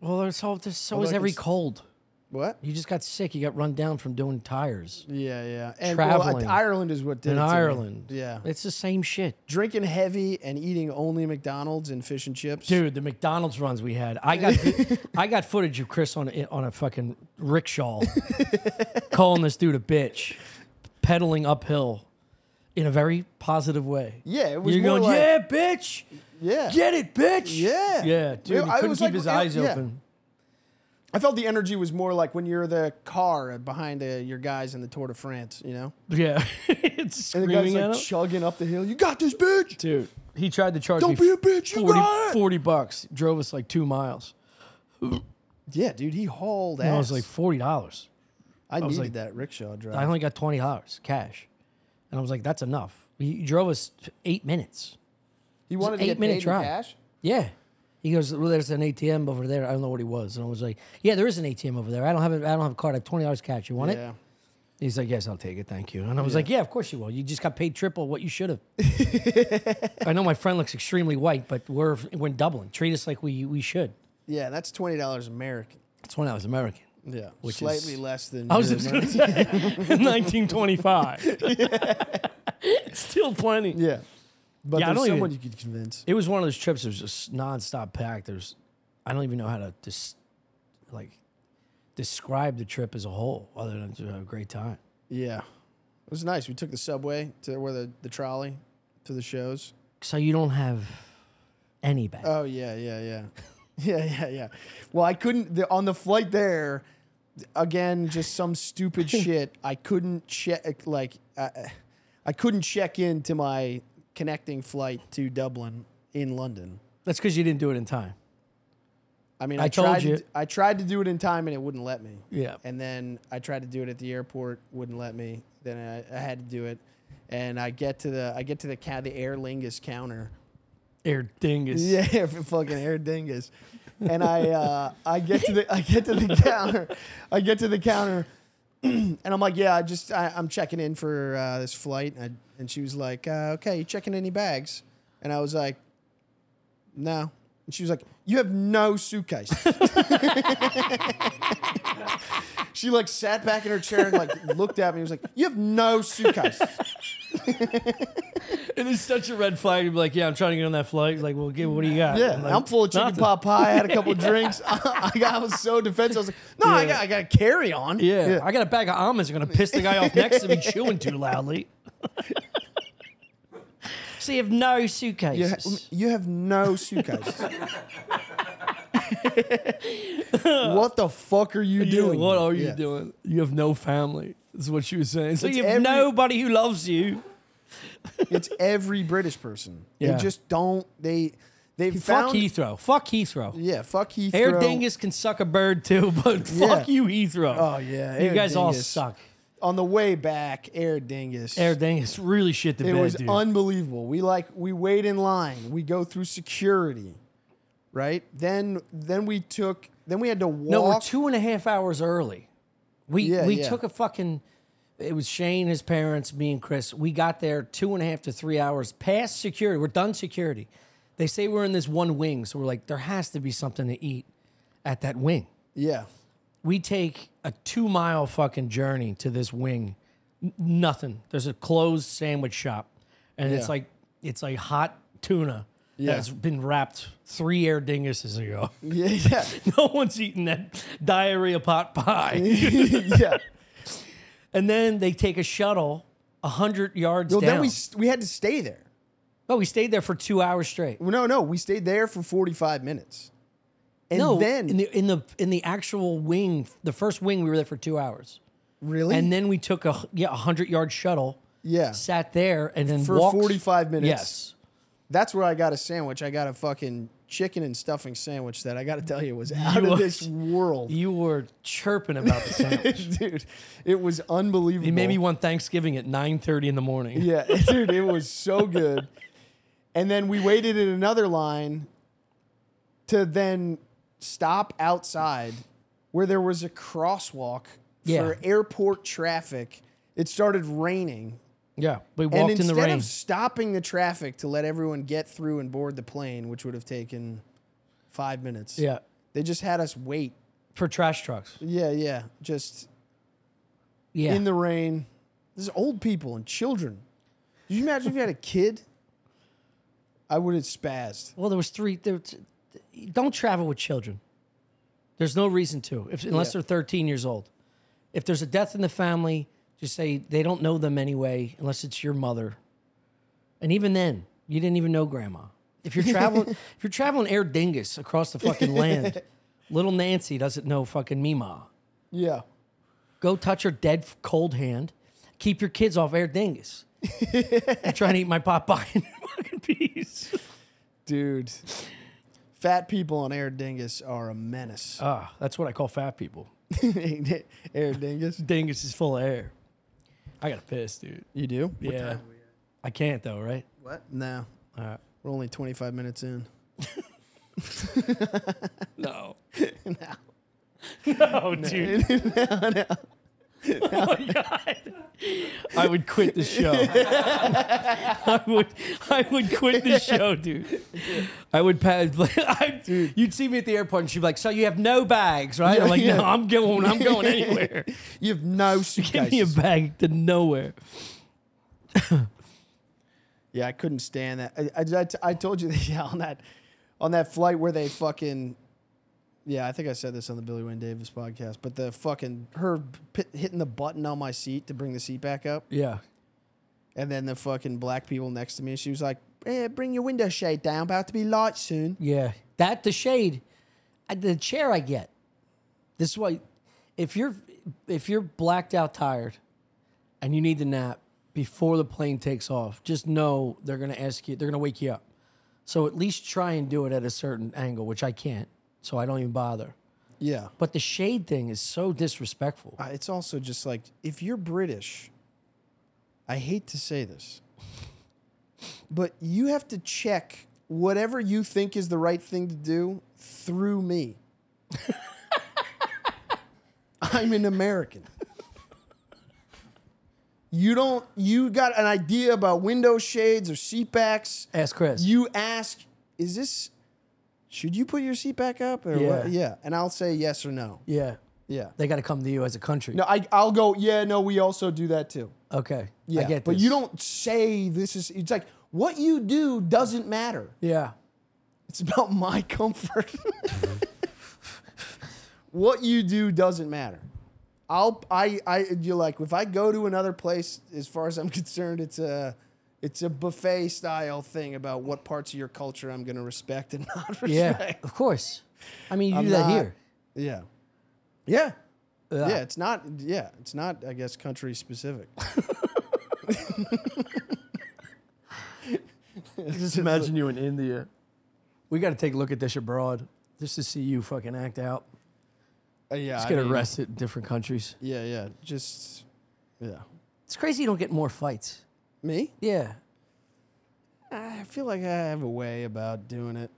well, there's, all, there's so
Although
is
I can
every
s-
cold.
What?
You just got sick. You got run down from doing tires
Yeah, yeah. And
Traveling.
Well, Ireland is what did
in
it to me.
Ireland.
Yeah.
It's the same shit.
Drinking heavy and eating only McDonald's and fish and chips.
Dude, the McDonald's runs we had. I got I got footage of Chris on a, on a fucking rickshaw calling this dude a bitch, pedaling uphill in a very positive way.
Yeah, it was
You're
more
going,
like-
yeah, bitch.
Yeah.
Get it, bitch.
Yeah.
Yeah, dude. He
I
couldn't
was
keep
like-
his
yeah,
eyes
yeah.
open.
I felt the energy was more like when you're the car behind uh your guys in the Tour de France, you know?
Yeah. it's
And the
screaming
guy's
at
like
him.
chugging up the hill. You got this, bitch.
dude, he tried to charge
Don't
me
be a bitch. You
40,
got it.
40 bucks. Drove us like two miles.
Yeah, dude, he hauled ass.
And I was like, $40.
I, needed
like-
that rickshaw drive.
I only got twenty dollars cash, and I was like, "That's enough." He drove us eight minutes.
he wanted to
eight
get
minute
paid in
drive.
cash.
Yeah, he goes, "Well, there's an ATM over there." I don't know what he was, and I was like, "Yeah, there is an ATM over there. I don't have it. I don't have a card. I have twenty dollars cash. You want it?"
Yeah.
He's like, "Yes, I'll take it. Thank you." And I was like, "Yeah, of course you will. You just got paid triple what you should have." I know my friend looks extremely white, but we're we're in Dublin. Treat us like we we should.
Yeah, that's twenty dollars American.
That's when I was American.
Yeah.
Which
Slightly
is-
less than
I was
your
just
Amer-
gonna say 1925. Still plenty.
Yeah. But
Yeah, I
there's
don't even-
someone you could convince.
It was one of those trips. that was just nonstop packed. There's, I don't even know how to dis, like, describe the trip as a whole, other than to have a great time.
Yeah. It was nice. We took the subway to where the, the trolley to the shows.
So you don't have any back.
Oh yeah, yeah, yeah. Yeah, yeah, yeah. Well, I couldn't the, on the flight there. Again, just some stupid shit. I couldn't check like I, I couldn't check into my connecting flight to Dublin in London.
That's because you didn't do it in time.
I mean,
I
I,
told
tried
you.
To, I tried to do it in time and it wouldn't let me.
Yeah.
And then I tried to do it at the airport, wouldn't let me. Then I, I had to do it, and I get to the I get to the ca- the Aer Lingus counter.
Air dingus.
Yeah, for fucking Air Dingus. And I uh, I get to the I get to the counter, I get to the counter, and I'm like, yeah, I just I, I'm checking in for uh, this flight, and, I, and she was like, uh, okay, you checking any bags? And I was like, no. And she was like, you have no suitcase. she like sat back in her chair and like looked at me. and was like, you have no suitcase.
It is such a red flag. You'd be like, yeah, I'm trying to get on that flight. He's like, well, give, what do you got?
Yeah,
like,
I'm full of chicken
"Nothing."
pot pie. I had a couple drinks. I, got, I was so defensive. I was like, no, I
Yeah.
got, I got a carry on.
Yeah. I got a bag of almonds. I'm gonna piss the guy off next to me chewing too loudly. so you have no
You, ha-
suitcases.
you have no suitcase. what the fuck are you doing?
what are you
Yeah.
doing? You have no family. Is what she was saying. So
It's
you have
every-
nobody who loves you.
It's every British person.
Yeah.
They just don't. They they
Fuck
found.
Heathrow. Fuck Heathrow.
Yeah, fuck Heathrow.
Air Dingus can suck a bird too, but fuck
Yeah.
you, Heathrow.
Oh, yeah,
you
Air
guys all
Dingus.
suck.
On the way back, Air Dingus.
Air Dingus really shit the
It
bed,
was
dude.
unbelievable. We like we wait in line. We go through security, right? Then then we took then we had to walk.
no, we're two and a half hours early. We
Yeah,
we
yeah.
took a fucking. It was Shane, his parents, me, and Chris. We got there two and a half to three hours past security. We're done security. They say we're in this one wing, so we're like, there has to be something to eat at that wing.
yeah,
we take a two mile fucking journey to this wing. N- Nothing. There's a closed sandwich shop, and it's
Yeah.
like it's like hot tuna
Yeah.
that's been wrapped three air dinguses ago.
yeah, yeah,
no one's eaten that diarrhea pot pie.
yeah.
and then they take a shuttle a hundred yards
Well,
down.
then we st- we had to stay there.
oh, we stayed there for two hours straight.
Well, no, no, we stayed there for forty five minutes, and
no,
then
in the in the in the actual wing, the first wing, we were there for two hours,
really,
and then we took a yeah a hundred yard shuttle.
yeah,
sat there and then
for
walked.
forty five minutes.
Yes,
that's where I got a sandwich. I got a fucking chicken and stuffing sandwich that I got to tell you was out
You
of
are-
this world,
you were chirping about the sandwich.
dude. It was unbelievable.
It made me want Thanksgiving at nine thirty in the morning.
Yeah, dude, it was so good. And then we waited in another line to then stop outside where there was a crosswalk
Yeah.
for airport traffic. It started raining.
Yeah, we
And
walked in
instead
the rain.
of stopping the traffic to let everyone get through and board the plane, which would have taken five minutes,
yeah,
they just had us wait
for trash trucks.
Yeah, yeah. Just
Yeah.
in the rain. This is old people and children. Did you imagine if you had a kid? I would have spazzed.
well, there was three. There, was- don't travel with children. There's no reason to, if, unless
Yeah.
they're 13 years old. If there's a death in the family, just say they don't know them anyway, unless it's your mother. And even then, you didn't even know grandma. If you're traveling, if you're traveling air dingus across the fucking land, little Nancy doesn't know fucking Mima.
Yeah.
Go touch her dead f- cold hand. Keep your kids off air dingus. I'm trying to eat my Popeye and fucking peas.
Dude. Fat people on Air Dingus are a menace.
Ah, that's what I call fat people.
Air Dingus.
Dingus is full of air. I gotta piss, dude.
You do?
yeah. I can't though, right?
What? No.
Alright.
We're only 25 minutes in.
No. no. No, dude. no, no. Oh my god. I would quit the show. I would I would quit the show, dude. I would pass I, you'd see me at the airport and she'd be like, So you have no bags, right? I'm
Yeah,
like,
yeah.
No, I'm going I'm going anywhere.
You have no
Give me a
suitcases.
bag to nowhere.
yeah, I couldn't stand that. I, I- I t- I told you that, yeah, on that on that flight where they fucking yeah, I think I said this on the Billy Wayne Davis podcast, but the fucking her pit, hitting the button on my seat to bring the seat back up,
Yeah.
and then the fucking black people next to me, she was like, eh, "Bring your window shade down, about to be light soon."
Yeah, that the shade, I- the chair I get. This is why, if you're if you're blacked out, tired, and you need to nap before the plane takes off, just know they're gonna ask you, they're gonna wake you up. So at least try and do it at a certain angle, which I can't, so I don't even bother.
Yeah,
But the shade thing is so disrespectful.
Uh, it's also just like if you're British, I hate to say this, but you have to check whatever you think is the right thing to do through me. I'm an American. You don't you got an idea about window shades or seatbacks.
Ask Chris.
You ask, is this should you put your seat back up or
Yeah.
what? Yeah. And I'll say yes or no.
yeah,
Yeah.
they got to come to you as a country.
No, I I'll go. Yeah, no, we also do that too.
Okay,
Yeah,
I get
but
this.
you don't say this is. It's like what you do doesn't matter.
Yeah,
It's about my comfort. what you do doesn't matter. I'll I I you like if I go to another place. As far as I'm concerned, it's a it's a buffet style thing about what parts of your culture I'm going to respect and not respect.
yeah, of course. I mean, you do that
not-
here.
Yeah. Yeah. Yeah, it's not yeah, it's not I guess country specific.
Just imagine you in India.
We got to take a look at this abroad just to see you fucking act out.
Uh, yeah.
Just
I
get
mean,
arrested in different countries.
Yeah, yeah. Just yeah.
It's crazy you don't get more fights.
Me?
Yeah.
I feel like I have a way about doing it.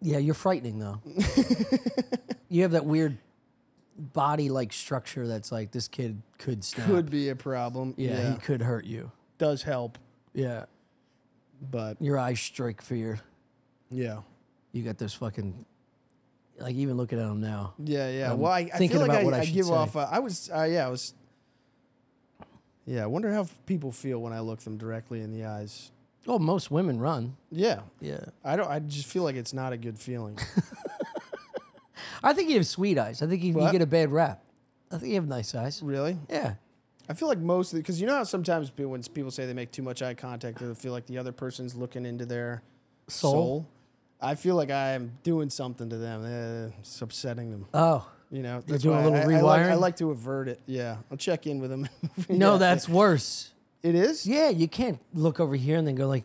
Yeah, you're frightening though. you have that weird body like structure that's like this kid could snap.
Could be a problem.
yeah,
Yeah.
he could hurt you.
does help,
Yeah.
but
Your eyes strike fear.
yeah.
You got those fucking like even looking at him now.
Yeah, yeah.
I'm
well, I, I
thinking
feel like
about
I,
what I
I,
should
give
say.
off. A, I was, uh, yeah, I was. Yeah, I wonder how f- people feel when I look them directly in the eyes.
Oh, most women run.
Yeah,
Yeah.
I don't. I just feel like it's not a good feeling.
I think you have sweet eyes. I think you, you
What?
get a bad rap. I think you have nice eyes.
really,
Yeah.
I feel like most of because you know how sometimes pe- when people say they make too much eye contact, they feel like the other person's looking into their soul.
Soul?
I feel like I am doing something to them. Eh, It's upsetting them.
Oh.
You know, that's
doing a
why
little
I, I like, I
rewiring?
like to avert it. Yeah, I'll check in with them.
No,
Yeah.
that's worse.
it is. Yeah.
Yeah, you can't look over here and then go like,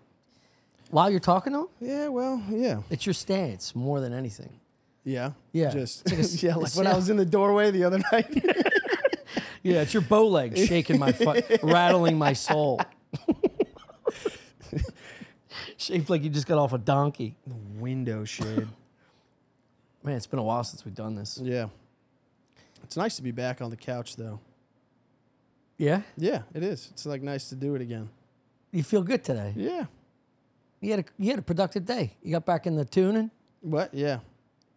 while you're talking to him,
well, yeah,
it's your stance more than anything.
yeah,
Yeah. It's
Just
like a s-
yeah, like
it's
when I
not-
was in the doorway the other night.
Yeah, it's your bow leg shaking my foot, rattling my soul. Shaped like you just got off a donkey.
Window shade.
Man, it's been a while since we've done this.
yeah, it's nice to be back on the couch though.
Yeah,
Yeah, it is. It's like nice to do it again.
you feel good today.
Yeah.
You had a you had a productive day. You got back in the tuning.
What? Yeah.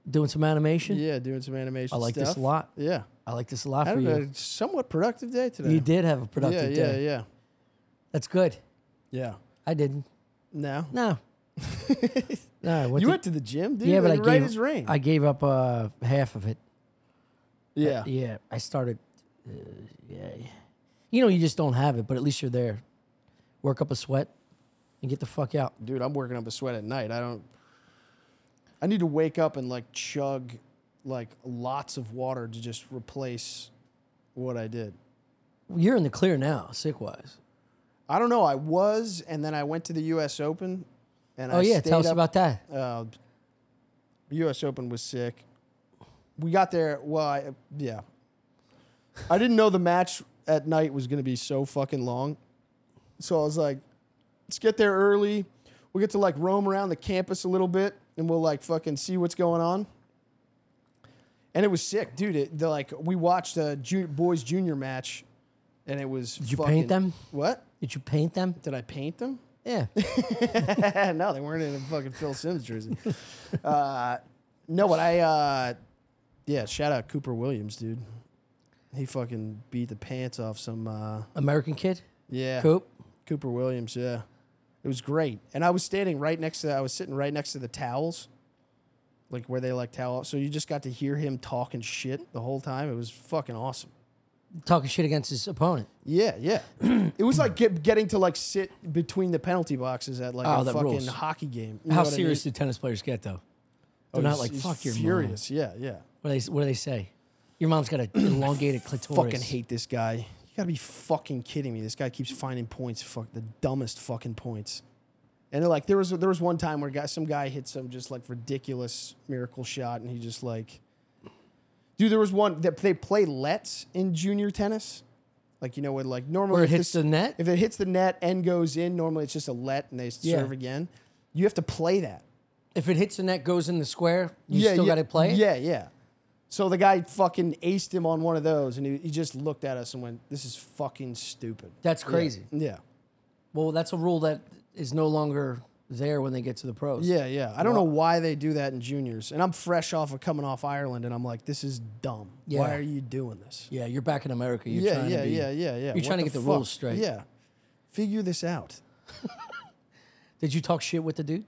doing some animation.
Yeah, doing some animation.
I like this
stuff.
a lot.
Yeah,
I like this a lot
I
for
had
you.
a somewhat productive day today.
You did have a
Yeah,
productive
yeah,
day.
yeah,
That's good.
yeah.
I didn't.
Now
No. no. I went
you
to-
went to the gym, dude.
yeah, but I
like, right
gave
as rain.
I gave up uh, half of it.
yeah,
Yeah, I started. Uh, yeah, you know, you just don't have it, but at least you're there. Work up a sweat and get the fuck out.
dude, I'm working up a sweat at night. I don't. I need to wake up and like chug, like lots of water to just replace what I did.
You're in the clear now, sick wise.
I don't know. I was, and then I went to the U.S. Open, and
Oh
I
yeah,
stayed
tell us
up-
about that.
uh, U.S. Open was sick. We got there. Well, I, yeah, I didn't know the match at night was going to be so fucking long, so I was like, let's get there early. We'll get to like roam around the campus a little bit, and we'll like fucking see what's going on. And it was sick, dude. It, the, like we watched a ju- boys junior match, and it was.
Did you paint them?
What
Did you paint them?
did I paint them?
Yeah.
no, they weren't in a fucking Phil Sims jersey. uh, no, but I, uh, yeah, shout out Cooper Williams, dude. He fucking beat the pants off some, uh,
American kid.
yeah,
Coop.
Cooper Williams, yeah. It was great, and I was standing right next to, I was sitting right next to the towels, like where they like towel. So you just got to hear him talking shit the whole time. It was fucking awesome.
Talking shit against his opponent.
Yeah, yeah. it was like get, getting to like sit between the penalty boxes at like
Oh,
a
that
fucking
rules.
hockey game. You know
How
what I mean?
serious do tennis players get though? They're
Oh,
not
he's-
like
he's
fuck your mom.
furious. Yeah, yeah.
What do they what do they say? Your mom's got an elongated clitoris.
Fucking hate this guy. You gotta be fucking kidding me. This guy keeps finding points. Fuck the dumbest fucking points. And like there was there was one time where guy, some guy hit some just like ridiculous miracle shot, and he just like, dude, there was one that they play lets in junior tennis, like you know when like normally
Where it
if
hits
this-
the net.
if it hits the net and goes in, normally it's just a let and they
Yeah.
serve again. You have to play that.
If it hits the net, goes in the square. You still got to play. it?
Yeah, yeah. So the guy fucking aced him on one of those, and he, he just looked at us and went, "This is fucking stupid."
That's crazy.
Yeah,
Well, that's a rule that is no longer there when they get to the pros.
yeah, yeah. I don't know why they do that in juniors, and I'm fresh off of coming off Ireland, and I'm like, "This is dumb.
Yeah.
Why are you doing this?"
Yeah, you're back in America. You're
yeah,
trying
yeah,
to be,
yeah, yeah, yeah. What
trying to get the
fuck?
rules straight.
Yeah, figure this out.
Did you talk shit with the dude?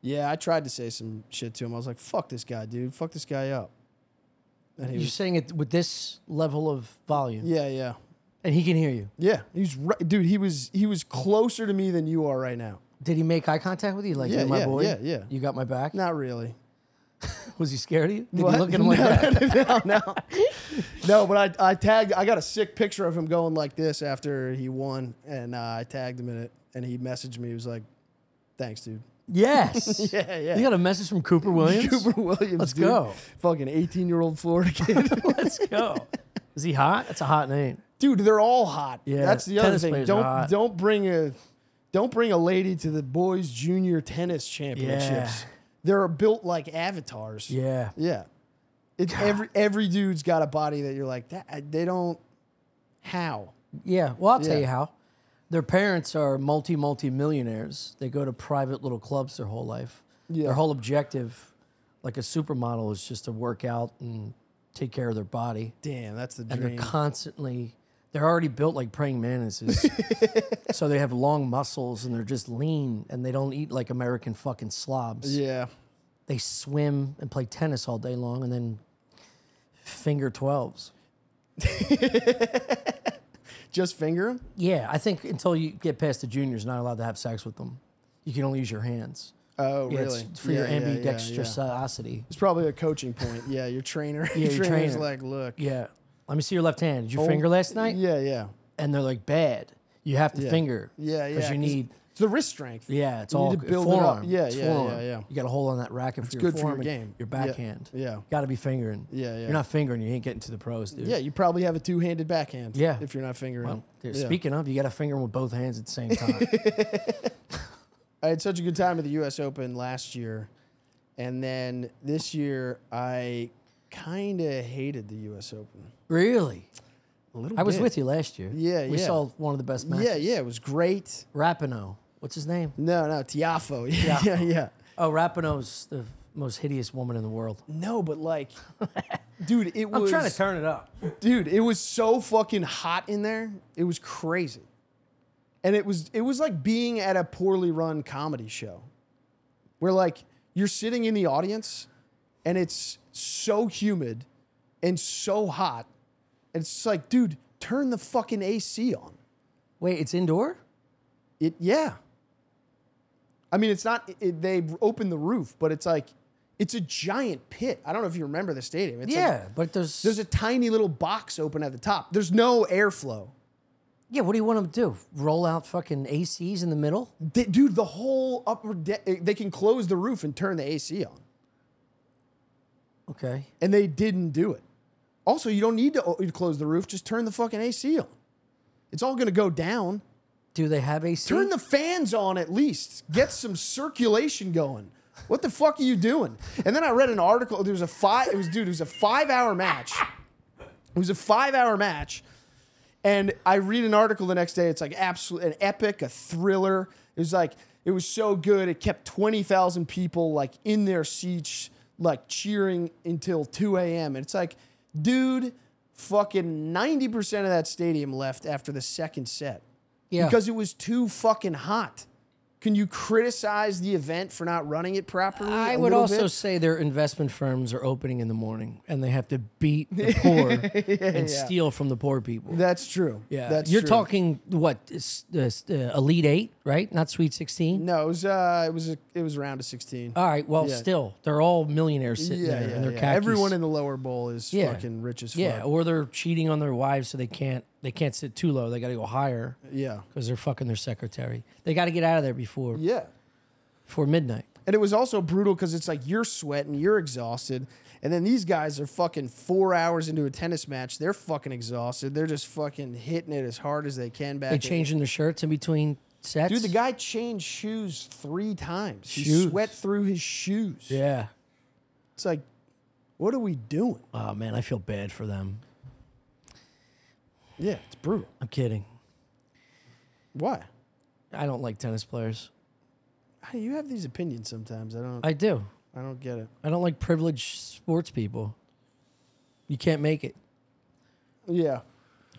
Yeah, I tried to say some shit to him. I was like, "Fuck this guy, dude. Fuck this guy up." And he
You're
was,
saying it with this level of volume,
yeah, yeah,
and he can hear you.
yeah. He's right, dude. He was he was closer to me than you are right now.
Did he make eye contact with you? Like,
Yeah,
you're my
yeah,
boy.
yeah, yeah.
You got my back.
Not really.
Was he scared of you? Did
What?
you look at him like that?
no, no. No, but I, I tagged. I got a sick picture of him going like this after he won, and uh, I tagged him in it, and he messaged me. He was like, "Thanks, dude."
Yes.
Yeah, yeah.
You got a message from Cooper Williams.
Cooper Williams.
Let's
dude.
go.
Fucking eighteen-year-old Florida kid,
Let's go. Is he hot? That's a hot name.
dude. They're all hot.
Yeah,
that's the other
tennis
thing.
players are
Don't
hot.
don't bring a don't bring a lady to the boys' junior tennis championships.
Yeah.
They're built like avatars.
Yeah.
Yeah. It's every every dude's got a body that you're like that. They don't. How?
Yeah. Well, I'll tell
Yeah.
you how. Their parents are multi multi millionaires. They go to private little clubs their whole life.
Yeah.
Their whole objective, like a supermodel, is just to work out and take care of their body.
Damn, that's the
And
dream.
they're constantly. They're already built like praying mantises, so they have long muscles and they're just lean and they don't eat like American fucking slobs.
yeah.
They swim and play tennis all day long and then finger twelves.
Just finger him?
Yeah, I think until you get past the juniors, you're not allowed to have sex with them. You can only use your hands.
Oh,
Yeah,
really?
It's for your
Yeah, yeah, yeah, yeah.
ambidextrosity.
It's probably a coaching point. Yeah, your trainer.
Yeah, your
trainer's
trainer.
like, look.
Yeah. Let me see your left hand. Did you finger last night?
Oh, Yeah, yeah.
And they're like, bad. You have to
Yeah.
finger.
Yeah, yeah.
Because you need,
it's the wrist strength.
yeah, it's
You need
all
to
good.
build it up.
forearm.
Yeah,
It's
yeah, yeah,
forearm.
yeah.
You got a hold on that racket for your
good for your
forearm and
game.
Your
Yeah,
backhand.
yeah.
Got to be fingering.
Yeah, yeah.
You're not fingering, you ain't getting to the pros, dude.
Yeah, you probably have a two handed backhand.
Yeah.
If you're not fingering.
Well, dude,
Yeah.
Speaking of, you got to finger 'em with both hands at the same time.
I had such a good time at the U.S. Open last year, and then this year I kind of hated the U.S. Open.
really?
A little.
I was
bit.
with you last year.
Yeah,
We
yeah.
saw one of the best matches.
Yeah, yeah. It was great.
Rapinoe. What's his name?
No, no, Tiafo. Yeah, yeah, yeah.
Oh, Rapinoe's the most hideous woman in the world.
No, but like, dude, it was.
I'm trying to turn it up.
dude it was so fucking hot in there it was crazy and it was it was like being at a poorly run comedy show where like you're sitting in the audience and it's so humid and so hot and it's just like dude turn the fucking ac on
Wait, it's indoor?
it yeah i mean it's not it, they opened the roof but it's like it's a giant pit i don't know if you remember the stadium it's like-
yeah, but there's,
there's a tiny little box open at the top. There's no airflow.
yeah. What do you want them to do? Roll out fucking ACs in the middle?
They- dude, the whole upper deck, they can close the roof and turn the AC on.
Okay.
And they didn't do it. Also, you don't need to o- close the roof, just turn the fucking AC on. It's all going to go down.
Do they have AC?
Turn the fans on at least. Get some circulation going. What the fuck are you doing? And then I read an article. There was a five. It was dude. It was a five-hour match. It was a five-hour match, and I read an article the next day. It's like absolute an epic, a thriller. It was like it was so good. It kept twenty thousand people like in their seats, like cheering until two a.m. And it's like, dude, fucking ninety percent of that stadium left after the second set
yeah.
because it was too fucking hot. Can you criticize the event for not running it properly?
I
a
would
little
also
bit?
say their investment firms are opening in the morning and they have to beat the poor and steal from the poor people.
That's true.
yeah.
that's
You're
true.
talking what? s- uh, s- uh, Elite Eight, right? Not Sweet 16?
No, it was uh, it was a, it was around a sixteen.
All right. Well,
Yeah.
still, they're all millionaires sitting
yeah,
there
yeah,
and they're
yeah.
khakis.
Everyone in the lower bowl is
Yeah.
fucking rich as fuck.
yeah,
Yeah,
or they're cheating on their wives, so they can't they can't sit too low. They got to go higher
yeah,
because they're fucking their secretary. They got to get out of there before before midnight.
And it was also brutal because it's like you're sweating, you're exhausted, and then these guys are fucking four hours into a tennis match. They're fucking exhausted. They're just fucking hitting it as hard as they can back.
They
in.
changing their shirts in between sets.
Dude, the guy changed shoes three times. He
Shoes.
sweat through his shoes.
Yeah.
It's like, what are we doing?
Oh man, I feel bad for them.
Yeah, it's brutal.
I'm kidding.
Why?
I don't like tennis players.
How do you have these opinions sometimes? I don't. I,
I do.
don't get it.
I don't like privileged sports people. You can't make it.
Yeah,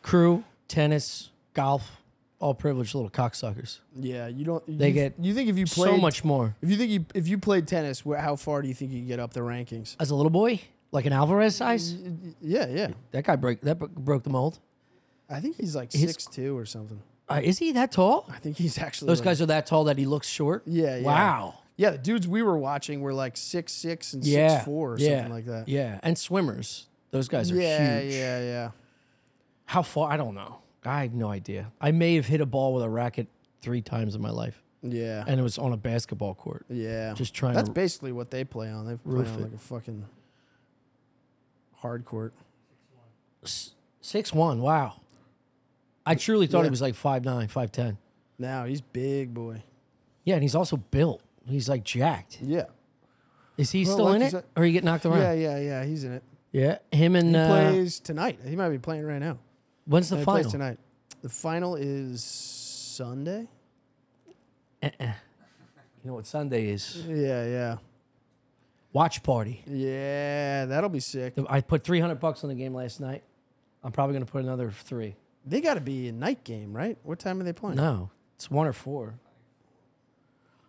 Crew, tennis, golf, all privileged little cocksuckers.
yeah. You don't.
They
you,
get
You think if you played
so much more.
If you think you if you played tennis, wh- how far do you think you could get up the rankings?
As a little boy, like an Alvarez size,
Mm. Yeah, yeah.
that guy break that bro- broke the mold.
I think he's like
His-
six two or something.
Uh, is he that tall?
I think he's actually
Those
like-
guys are that tall that he looks short.
Yeah, yeah.
Wow.
Yeah, the dudes we were watching were like six six and
Yeah.
six four or
yeah.
something like that.
Yeah, and swimmers. Those guys are
yeah,
huge.
yeah, yeah.
How far? I don't know. I have no idea. I may have hit a ball with a racket three times in my life,
Yeah.
and it was on a basketball court.
yeah.
Just trying
That's
to.
basically what they play on. They play
Roof
on
it.
like a fucking hard court.
Six one. Wow. I truly thought
Yeah.
he was like five nine, five ten.
Now he's big boy.
Yeah, and he's also built. He's like jacked.
Yeah.
Is he
Well,
still
like
in
you
it,
said-
or he get knocked
Yeah,
around?
yeah, yeah. He's in it.
Yeah, him and
He
uh,
plays tonight. He might be playing right now.
when's the
He
final?
plays tonight. The final is Sunday.
You know what Sunday is?
Yeah, yeah.
Watch party.
Yeah, that'll be sick.
I put three hundred bucks on the game last night. I'm probably gonna put another three.
They got to be a night game, right? What time are they playing?
No, it's one or four.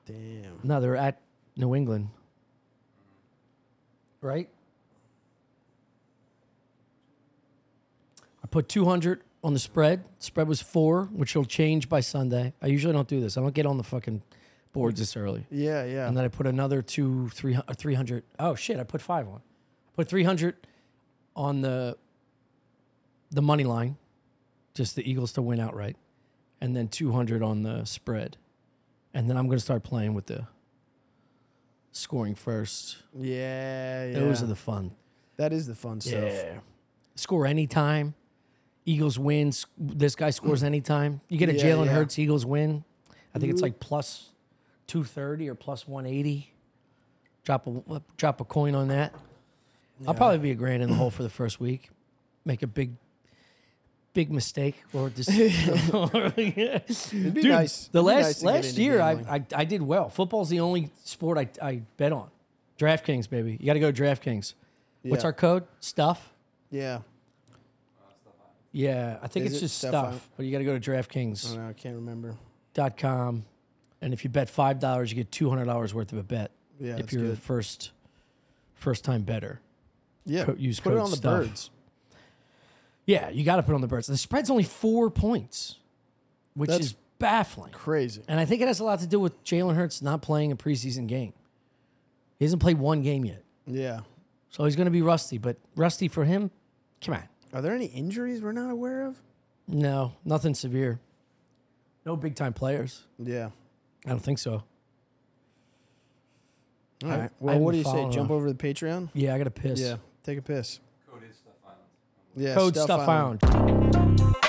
Damn.
No, they're at New England. Right? I put 200 on the spread. Spread was four, which will change by Sunday. I usually don't do this. I don't get on the fucking boards this early.
Yeah, yeah.
And then I put another two, three, uh, 300. Oh, shit. I put five on. I put 300 on the the money line, just the Eagles to win outright, and then 200 on the spread. And then I'm going to start playing with the scoring first.
yeah, yeah.
Those are the fun
that is the fun stuff.
stuff. Score anytime. Eagles wins. This guy scores anytime. You get a
Yeah,
Jalen
yeah. Mm-hmm.
Hurts Eagles win. I think it's like plus 230 or plus 180. Drop a uh, drop a coin on that. I'll probably be a grand in the hole for the first week. Make a big big mistake or just
It'd be
Dude,
nice.
The
It'd be
last
nice to get
last
into
year, I,
gambling.
I I did well. Football's the only sport I, I bet on. DraftKings, baby. You got to go DraftKings. What's
Yeah.
our code? Stuff.
Yeah.
Yeah, I think
Is
it's
it
just
stuff
stuff.
on it?
But you got to go to
I
DraftKings.com,
don't know. I can't remember.
and if you bet five dollars, you get two hundred dollars worth of a bet.
Yeah,
if
that's
you're the
good.
first first time better.
Yeah.
co- use
Put it
code
on the
stuff.
birds.
Yeah, you got to put on the birds. The spread's only four points, which
That's-
is baffling.
Crazy.
And I think it has a lot to do with Jalen Hurts not playing a preseason game. He hasn't played one game yet.
Yeah.
So he's going to be rusty, but rusty for him? Come on.
Are there any injuries we're not aware of?
No, nothing severe. No big time players.
Yeah.
I don't think so.
All
I-
right.
I
Well,
haven't
what do you say?
followed
Jump
up.
over to the Patreon?
Yeah, I got to piss.
Yeah. Take a piss.
Code is Stuff Island.
Yeah.
Code stuff, found.